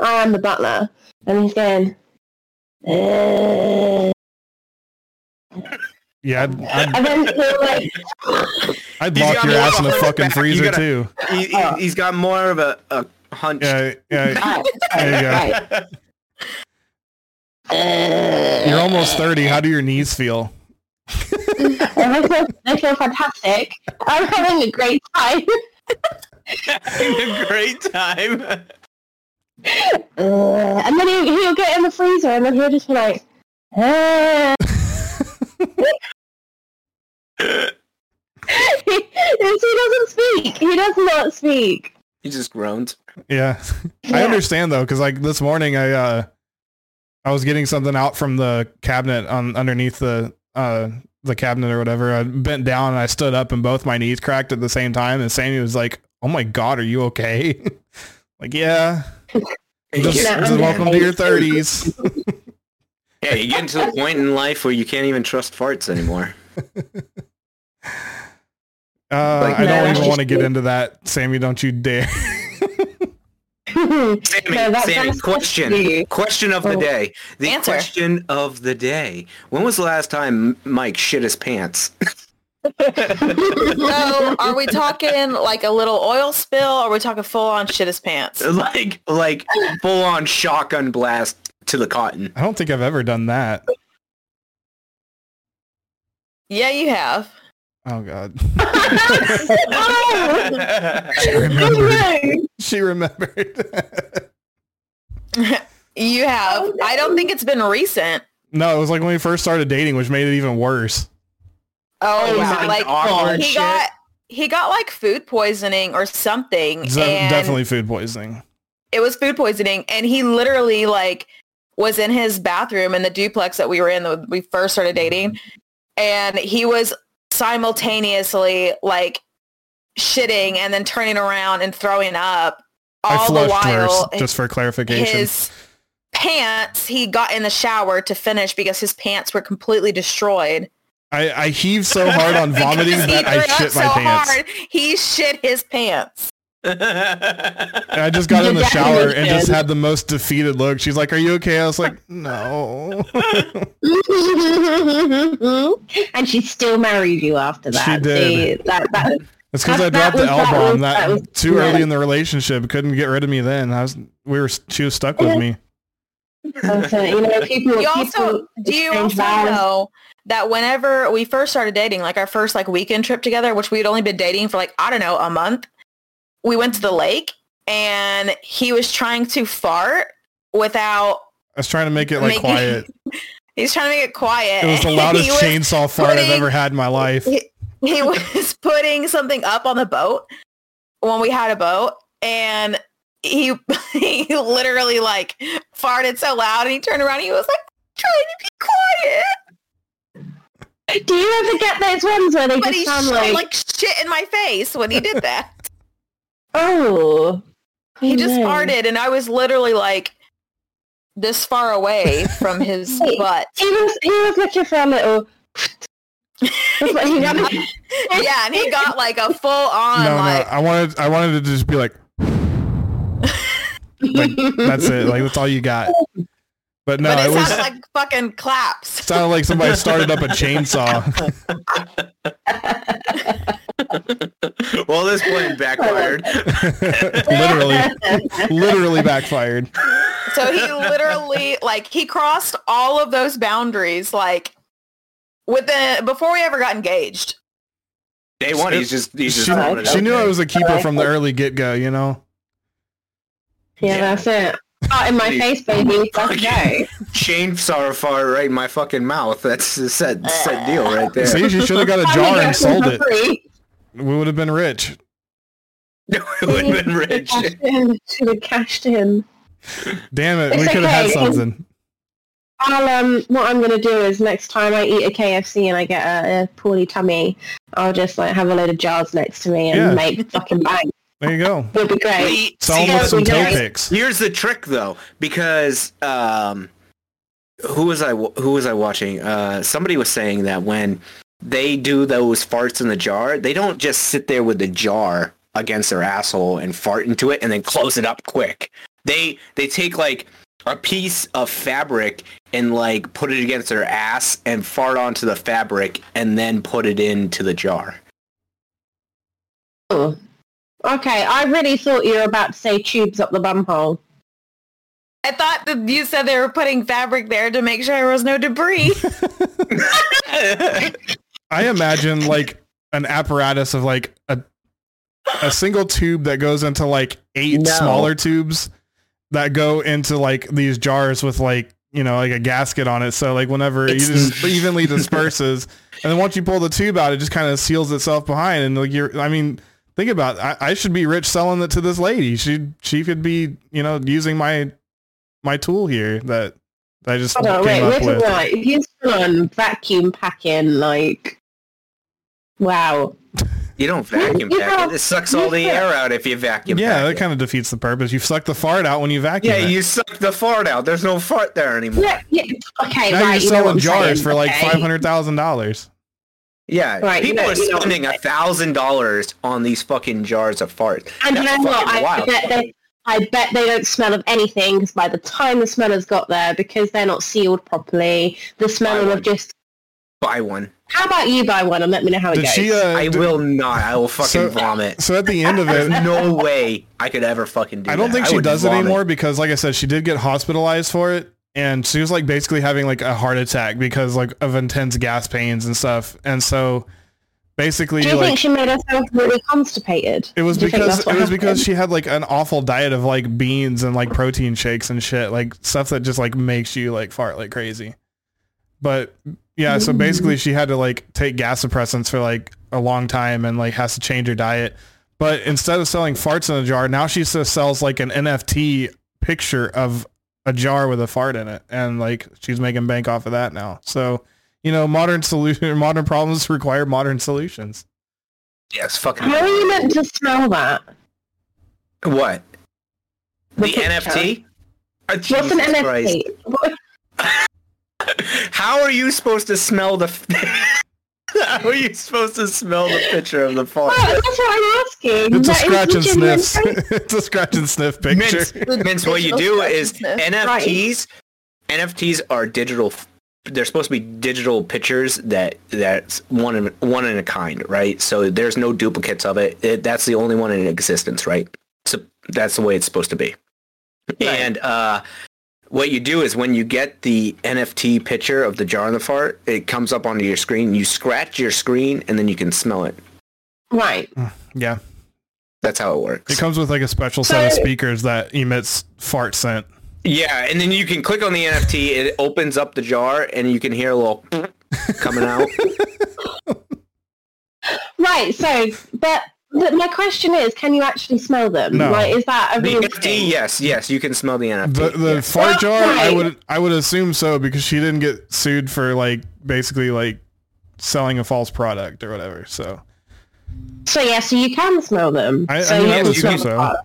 Speaker 3: am the butler and he's going "Uh,"
Speaker 1: Yeah, I'd, I'd,
Speaker 3: and then
Speaker 1: (laughs)
Speaker 3: he'll like
Speaker 1: I'd
Speaker 2: He's
Speaker 1: lock
Speaker 2: got
Speaker 1: your
Speaker 2: more
Speaker 1: ass in the
Speaker 2: of a
Speaker 1: fucking
Speaker 2: back. You
Speaker 1: freezer
Speaker 2: gotta-
Speaker 1: too.
Speaker 2: He, has got more of a, a hunch.
Speaker 1: Yeah, yeah.
Speaker 3: "Oh,
Speaker 1: There you go.
Speaker 3: right. Uh,
Speaker 1: You're almost 30. How do your knees feel?
Speaker 3: And I feel, I feel fantastic. I'm having a great time.
Speaker 2: Having (laughs) a great time. (laughs)
Speaker 3: Uh, and then he'll, he'll get in the freezer and then he'll just be like, (laughs) "Ah." he, he doesn't speak. He does not speak.
Speaker 2: He just groaned.
Speaker 1: Yeah. I
Speaker 3: Yeah.
Speaker 1: understand though, because like this morning I uh I was getting something out from the cabinet on underneath the uh the cabinet or whatever. I bent down and I stood up and both my knees cracked at the same time and Sammy was like, Oh my god, are you okay? (laughs) like, yeah. Just,
Speaker 3: Yeah.
Speaker 1: just welcome to your thirties.
Speaker 2: Yeah, you get to the point in life where you can't even trust farts anymore.
Speaker 1: Uh,
Speaker 2: Like,
Speaker 1: I don't
Speaker 3: no,
Speaker 1: even
Speaker 3: she's
Speaker 1: want to get
Speaker 3: cute.
Speaker 1: into that. Sammy, don't you dare. (laughs)
Speaker 3: Sammy,
Speaker 2: Sammy, Sammy question. Question of the
Speaker 3: Oh.
Speaker 2: day. The
Speaker 4: Answer.
Speaker 2: question of the day. When was the last time Mike shit his pants? (laughs)
Speaker 4: so oh, are we talking like a little oil spill? Or are we talking full on shit his pants?
Speaker 2: like like full on shotgun blast to the cotton. (laughs)
Speaker 1: I don't think I've ever done that.
Speaker 4: Yeah, you have.
Speaker 1: Oh god. (laughs)
Speaker 3: Oh,
Speaker 1: She remembered.
Speaker 3: no.
Speaker 1: She remembered. (laughs)
Speaker 4: You have.
Speaker 3: Oh, no.
Speaker 4: I don't think it's been recent.
Speaker 1: No, it was like when we first started dating, which made it even worse.
Speaker 4: Oh,
Speaker 3: Oh,
Speaker 4: was
Speaker 3: my
Speaker 4: it like
Speaker 2: awkward
Speaker 4: he
Speaker 2: shit.
Speaker 4: got he got like food poisoning or something,
Speaker 1: Ze-
Speaker 4: and
Speaker 1: definitely food poisoning.
Speaker 4: it was food poisoning, and he literally like was in his bathroom in the duplex that we were in when we first started
Speaker 1: Mm-hmm.
Speaker 4: dating, and he was simultaneously like shitting and then turning around and throwing up
Speaker 1: I
Speaker 4: all the
Speaker 1: flushed
Speaker 4: while
Speaker 1: first, just for clarification.
Speaker 4: his pants he got in the shower to finish because his pants were completely destroyed
Speaker 1: I, I heave so hard on vomiting
Speaker 4: Because (laughs) he
Speaker 1: that I
Speaker 4: threw up
Speaker 1: shit my
Speaker 4: so
Speaker 1: pants.
Speaker 4: hard, he shit his pants.
Speaker 1: And I
Speaker 4: (laughs)
Speaker 1: just got in the
Speaker 3: You're
Speaker 1: shower and
Speaker 3: definitely
Speaker 1: just
Speaker 3: dead.
Speaker 1: had the most defeated look. She's like, "Are you okay?" I was like,
Speaker 4: (laughs)
Speaker 1: "No."
Speaker 3: (laughs) and she still married you after that.
Speaker 1: She did.
Speaker 3: See, that, that,
Speaker 1: It's because I
Speaker 3: That- that
Speaker 1: dropped the
Speaker 3: was-
Speaker 1: L
Speaker 3: that
Speaker 1: bomb
Speaker 3: was-
Speaker 1: that,
Speaker 3: that was-
Speaker 1: too
Speaker 3: yeah.
Speaker 1: early in the relationship. Couldn't get rid of me then. I was we were she was stuck with me.
Speaker 3: that's it. uh, you know, people.
Speaker 4: You also
Speaker 3: people
Speaker 4: do you
Speaker 3: exchange
Speaker 4: also
Speaker 3: vows.
Speaker 4: know that whenever we first started dating, like our first like weekend trip together, which we'd only been dating for like I don't know a month, we went to the lake and he was trying to fart without.
Speaker 1: I was trying to make it like
Speaker 4: Make it-
Speaker 1: quiet.
Speaker 4: He's trying to make it quiet.
Speaker 1: It was
Speaker 4: (laughs)
Speaker 1: the
Speaker 4: He
Speaker 1: loudest
Speaker 4: was-
Speaker 1: chainsaw fart I've
Speaker 4: putting-
Speaker 1: ever had in my life.
Speaker 4: he was (laughs) putting something up on the boat when we had a boat and he (laughs) he literally like farted so loud and he turned around and he was like trying to be quiet
Speaker 3: Do you ever get those ones where they
Speaker 4: but he
Speaker 3: just sound
Speaker 4: shit
Speaker 3: like,
Speaker 4: like, shit in my face when he
Speaker 3: (laughs)
Speaker 4: did that
Speaker 3: oh?
Speaker 4: he
Speaker 3: oh
Speaker 4: just
Speaker 3: no.
Speaker 4: farted and i was literally like this far away from his
Speaker 3: (laughs) Wait.
Speaker 4: butt
Speaker 3: He was he was looking for a
Speaker 4: (laughs)
Speaker 3: little. "Oh." That's what he got.
Speaker 4: yeah and he got like a full
Speaker 1: No,
Speaker 4: on
Speaker 1: no. uh,
Speaker 4: like
Speaker 1: I wanted I wanted to just be like, like that's it. Like that's all you got. But no,
Speaker 4: but
Speaker 1: it
Speaker 4: it,
Speaker 1: was
Speaker 4: sounded like fucking claps
Speaker 1: sounded like somebody started up a
Speaker 4: (laughs)
Speaker 1: chainsaw.
Speaker 2: well, this plan backfired.
Speaker 3: (laughs)
Speaker 1: literally, literally backfired.
Speaker 4: So he literally like he crossed all of those boundaries like within before we ever got engaged.
Speaker 2: Day one, he's just he's
Speaker 1: She,
Speaker 2: just.
Speaker 1: she
Speaker 2: throwing it out
Speaker 1: knew
Speaker 2: there.
Speaker 1: I was a keeper from the early get go. You know,
Speaker 3: yeah, that's it. Fart in my face, baby.
Speaker 1: (laughs)
Speaker 3: Let's go.
Speaker 2: chainsaw fart right in my fucking mouth. That's a set set deal right there.
Speaker 1: see, she should have got a jar and sold
Speaker 3: (laughs)
Speaker 1: it.
Speaker 3: it.
Speaker 1: We would have been rich.
Speaker 2: (laughs) it would have been rich.
Speaker 3: Should have cashed in.
Speaker 1: Damn it,
Speaker 3: It's
Speaker 1: we could have had
Speaker 3: okay.
Speaker 1: something.
Speaker 3: I'll um. What I'm gonna do is next time I eat a KFC and I get a, a poorly tummy, I'll just like have a load of jars next to me and
Speaker 1: Yeah.
Speaker 3: make fucking bang.
Speaker 1: There you go.
Speaker 3: It'll be great.
Speaker 2: See,
Speaker 1: Sell 'em
Speaker 3: Yeah,
Speaker 1: with some
Speaker 3: we
Speaker 1: toe
Speaker 3: did.
Speaker 1: picks.
Speaker 2: Here's the trick, though, because um, who was I? Who was I watching? Uh, somebody was saying that when they do those farts in the jar, they don't just sit there with the jar against their asshole and fart into it and then close it up quick. They they take like a piece of fabric and like put it against their ass and fart onto the fabric and then put it into the jar.
Speaker 3: Oh. Okay, I really thought you were about to say tubes up the bum hole.
Speaker 4: I thought that you said they were putting fabric there to make sure there was no debris.
Speaker 1: I imagine like an apparatus of like a a single tube that goes into like eight
Speaker 2: No.
Speaker 1: smaller tubes that go into like these jars with like you know like a gasket on it so like whenever it
Speaker 2: It's- (laughs)
Speaker 1: just evenly disperses and then once you pull the tube out it just kind of seals itself behind and like you're i mean think about it. I, I should be rich selling it to this lady she she could be you know using my my tool here that i just
Speaker 2: Oh,
Speaker 3: Hold on, wait,
Speaker 1: came
Speaker 3: wait
Speaker 1: up
Speaker 3: a
Speaker 1: with
Speaker 3: minute. He's on vacuum packing, like, wow.
Speaker 2: You don't vacuum
Speaker 3: You
Speaker 2: pack
Speaker 3: know,
Speaker 2: it. It sucks all the
Speaker 3: you
Speaker 2: air out if you vacuum
Speaker 1: yeah
Speaker 2: pack
Speaker 1: that
Speaker 2: it.
Speaker 1: kind of defeats the purpose you suck the fart out when you vacuum
Speaker 2: Yeah,
Speaker 1: it.
Speaker 2: you suck the fart out. There's no fart there anymore. Yeah,
Speaker 3: Yeah, yeah, okay,
Speaker 1: now
Speaker 3: right,
Speaker 1: you're
Speaker 3: you know what
Speaker 1: selling
Speaker 3: I'm
Speaker 1: jars
Speaker 3: saying,
Speaker 1: for like
Speaker 3: okay.
Speaker 1: five hundred thousand dollars.
Speaker 3: Right,
Speaker 2: people
Speaker 3: you know-
Speaker 2: are
Speaker 3: you know-
Speaker 2: spending a thousand dollars on these fucking jars of farts.
Speaker 3: And you
Speaker 2: That's
Speaker 3: know what?
Speaker 2: fucking
Speaker 3: I, I
Speaker 2: wild.
Speaker 3: bet they, I bet they don't smell of anything because by the time the smeller's got there, because they're not sealed properly, the smeller will
Speaker 2: one.
Speaker 3: have just.
Speaker 2: Buy one.
Speaker 3: How about you buy one and let me know how it
Speaker 1: Did
Speaker 3: goes?
Speaker 1: she? Uh,
Speaker 2: I
Speaker 1: d-
Speaker 2: will not. I will fucking
Speaker 1: So-
Speaker 2: vomit.
Speaker 1: so at the end of
Speaker 2: (laughs) There's
Speaker 1: it,
Speaker 2: no way I could ever fucking do
Speaker 1: I don't
Speaker 2: that.
Speaker 1: think she
Speaker 2: would
Speaker 1: does it
Speaker 2: vomit.
Speaker 1: anymore because, like I said, she did get hospitalized for it, and she was like basically having like a heart attack because like of intense gas pains and stuff, and so basically
Speaker 3: Do you
Speaker 1: like
Speaker 3: think she made herself really constipated?
Speaker 1: It was
Speaker 3: (laughs) Do you think
Speaker 1: because it
Speaker 3: that's
Speaker 1: was
Speaker 3: what
Speaker 1: because
Speaker 3: happened?
Speaker 1: she had like an awful diet of like beans and like protein shakes and shit, like stuff that just like makes you like fart like crazy. But yeah, so
Speaker 3: Mm.
Speaker 1: basically she had to like take gas suppressants for like a long time and like has to change her diet. But instead of selling farts in a jar, now she just sells like an NFT picture of a jar with a fart in it, and like she's making bank off of that now. So you know, modern solution, (laughs) modern problems require modern solutions.
Speaker 2: Yes, fucking.
Speaker 3: How are you meant to smell that?
Speaker 2: What? The,
Speaker 3: picture.
Speaker 2: NFT? Oh,
Speaker 3: What's an
Speaker 2: Jesus Christ.
Speaker 3: NFT? What-
Speaker 2: How are you supposed to smell the? (laughs) How are you supposed to smell the picture of the fart?
Speaker 3: Oh, that's what (laughs) I'm asking.
Speaker 1: It's a
Speaker 3: That is
Speaker 1: scratch and
Speaker 3: legitimate.
Speaker 1: sniff. (laughs) it's a scratch and sniff picture.
Speaker 2: Mince, Mince, what you do is
Speaker 3: Right.
Speaker 2: NFTs. NFTs are digital. f- They're supposed to be digital pictures that that's one in one in a kind, right? So there's no duplicates of it. it that's the only one in existence, right? So that's the way it's supposed to be. And uh, what you do is when you get the NFT picture of the jar and the fart, it comes up onto your screen. You scratch your screen, and then you can smell it.
Speaker 3: Right.
Speaker 1: Yeah,
Speaker 2: That's how it works.
Speaker 1: it comes with like a special set of speakers that emits fart scent.
Speaker 2: Yeah, and then you can click on the NFT. It opens up the jar, and you can hear a little (laughs) coming out.
Speaker 3: Right. So, but, but my question is, can you actually smell them?
Speaker 1: No.
Speaker 3: Like, is that a
Speaker 2: The
Speaker 3: real
Speaker 2: NFT,
Speaker 3: thing?
Speaker 2: yes, yes, you can smell the NFT.
Speaker 1: The the
Speaker 2: yes.
Speaker 1: fart jar, I
Speaker 3: Right.
Speaker 1: would I would assume so because she didn't get sued for like basically like selling a false product or whatever. So
Speaker 3: So yeah, so you can smell them.
Speaker 1: I- I
Speaker 3: so
Speaker 1: mean,
Speaker 3: you
Speaker 1: I
Speaker 3: can
Speaker 2: would
Speaker 3: smell
Speaker 1: assume
Speaker 3: the
Speaker 1: so.
Speaker 3: fart.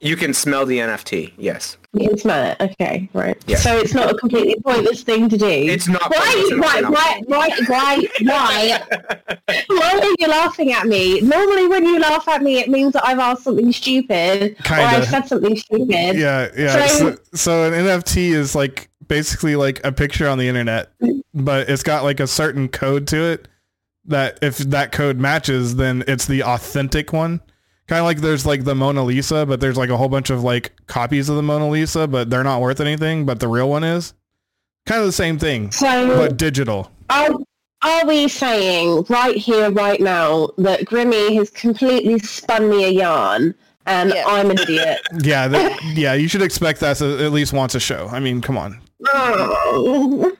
Speaker 2: You can smell the NFT, yes.
Speaker 3: You can smell it. Okay, right.
Speaker 2: Yeah.
Speaker 3: So it's not a completely pointless thing to do.
Speaker 2: It's not
Speaker 3: Why,
Speaker 2: pointless,
Speaker 3: why,
Speaker 2: no.
Speaker 3: why, why, why, why, why are you laughing at me? Normally, when you laugh at me, it means that I've asked something stupid or
Speaker 1: Kinda.
Speaker 3: I've said something stupid.
Speaker 1: yeah, yeah. So,
Speaker 3: So-
Speaker 1: so an NFT is like basically like a picture on the internet, but it's got like a certain code to it that if that code matches, then it's the authentic one. Kind of like there's like the Mona Lisa, but there's like a whole bunch of like copies of the Mona Lisa, but they're not worth anything, but the real one is. Kind of the same thing,
Speaker 3: So
Speaker 1: but digital.
Speaker 3: are, are we saying right here, right now, that Grimmy has completely spun me a yarn and
Speaker 4: Yeah.
Speaker 3: I'm an idiot?
Speaker 1: Yeah, that, yeah. You should expect that to- at least once a show. I mean, come on. (laughs)
Speaker 3: Oh.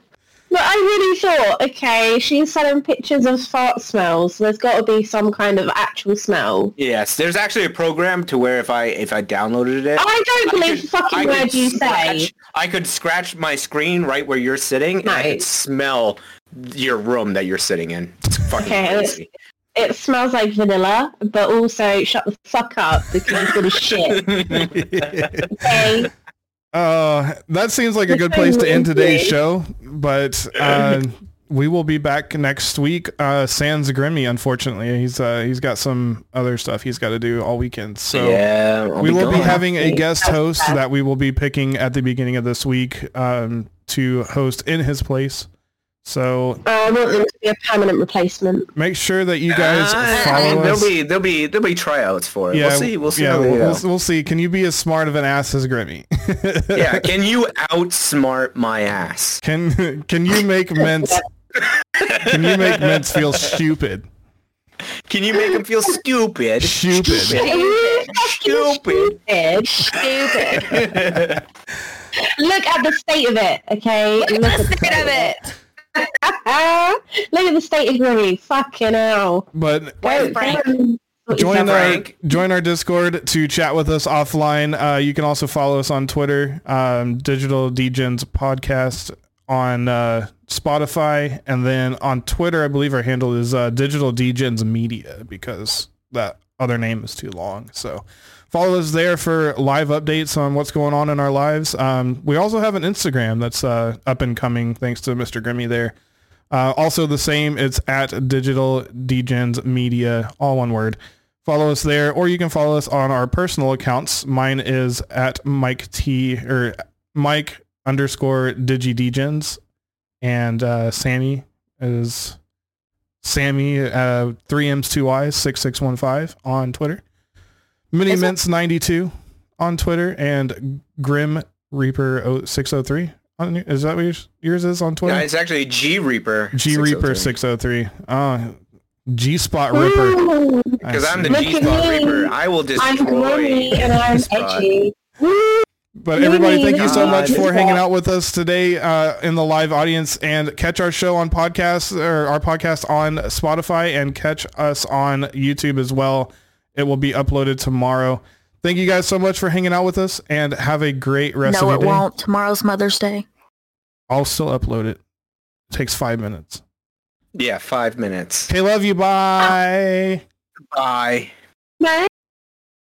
Speaker 3: But I really thought, okay, she's selling pictures of fart smells. So there's got to be some kind of actual smell.
Speaker 2: Yes, there's actually a program to where if I if I downloaded it,
Speaker 3: I don't believe
Speaker 2: could-
Speaker 3: a Oh, fucking
Speaker 2: could
Speaker 3: word you say.
Speaker 2: scratch- I could scratch my screen right where you're sitting, and I could
Speaker 3: Right.
Speaker 2: smell your room that you're sitting in. It's fucking
Speaker 3: Okay, let's-
Speaker 2: crazy.
Speaker 3: It smells like vanilla, but also shut the fuck up because it's gonna shit. (laughs) Okay,
Speaker 1: Uh, that seems like a good place to end today's show, but uh, we will be back next week. Uh, Sans Grimmy, unfortunately, he's uh, he's got some other stuff he's got to do all weekend. So
Speaker 2: yeah, I'll
Speaker 1: we will be
Speaker 2: gone.
Speaker 1: having a guest host that we will be picking at the beginning of this week um, to host in his place. So
Speaker 3: I want them to be a permanent replacement.
Speaker 1: make sure that you guys
Speaker 2: Uh,
Speaker 1: follow
Speaker 2: there'll
Speaker 1: us.
Speaker 2: be there'll be there'll be tryouts for it.
Speaker 1: Yeah,
Speaker 2: we'll see. We'll see.
Speaker 1: yeah,
Speaker 2: how they
Speaker 1: we'll,
Speaker 2: go.
Speaker 1: we'll- we'll see. Can you be as smart of an ass as (laughs) Grimmy?
Speaker 2: yeah, can you outsmart my ass?
Speaker 1: Can can you make mints? Can you make mints feel stupid?
Speaker 2: Can you make him feel stupid?
Speaker 1: Stupid.
Speaker 2: Stupid.
Speaker 3: Stupid.
Speaker 4: Stupid.
Speaker 3: Look at the state of it, okay? Look at the
Speaker 4: (laughs) Get out of it.
Speaker 3: Ah, look at the state of Grimmy. Fucking hell.
Speaker 1: But
Speaker 4: Where's Frank?
Speaker 1: join our,
Speaker 2: Frank?
Speaker 1: join our Discord to chat with us offline. Uh, you can also follow us on Twitter, um, Digital Dgens Podcast on uh, Spotify, and then on Twitter, I believe our handle is uh, Digital Dgens Media because that other name is too long. So follow us there for live updates on what's going on in our lives. Um, we also have an Instagram that's uh, up and coming, thanks to Mr. Grimmy there. Uh, also the same. It's at Digital Dgens Media, all one word. Follow us there, or you can follow us on our personal accounts. Mine is at Mike T or Mike underscore Digi Dgens, and uh, Sammy is Sammy uh, three M's two Y's six six one five on Twitter. Mini
Speaker 4: Is it-
Speaker 1: Mints ninety two on Twitter and Grim Reaper six oh three. Is that what yours- yours is on Twitter?
Speaker 2: Yeah, it's actually G Reaper.
Speaker 1: G Reaper 603. Oh, G Spot Ripper. I
Speaker 2: Because I'm the
Speaker 1: see.
Speaker 3: Look
Speaker 2: G
Speaker 3: at
Speaker 2: Spot
Speaker 3: me.
Speaker 2: Reaper. I will
Speaker 3: I'm
Speaker 2: destroy.
Speaker 3: Grimmy and I'm
Speaker 2: Spot.
Speaker 3: edgy. Woo!
Speaker 1: But everybody, thank you so
Speaker 2: God.
Speaker 5: uh,
Speaker 1: much for hanging out with us today uh, in the live audience and catch our show on podcast or our podcast on Spotify and catch us on YouTube as well. It will be uploaded tomorrow. Thank you guys so much for hanging out with us and have a great rest
Speaker 5: no, it
Speaker 1: of your day.
Speaker 5: won't. Tomorrow's Mother's Day.
Speaker 1: I'll still upload it. takes five minutes.
Speaker 2: Yeah, five minutes.
Speaker 1: Okay, love you. Bye.
Speaker 2: Bye.
Speaker 3: No,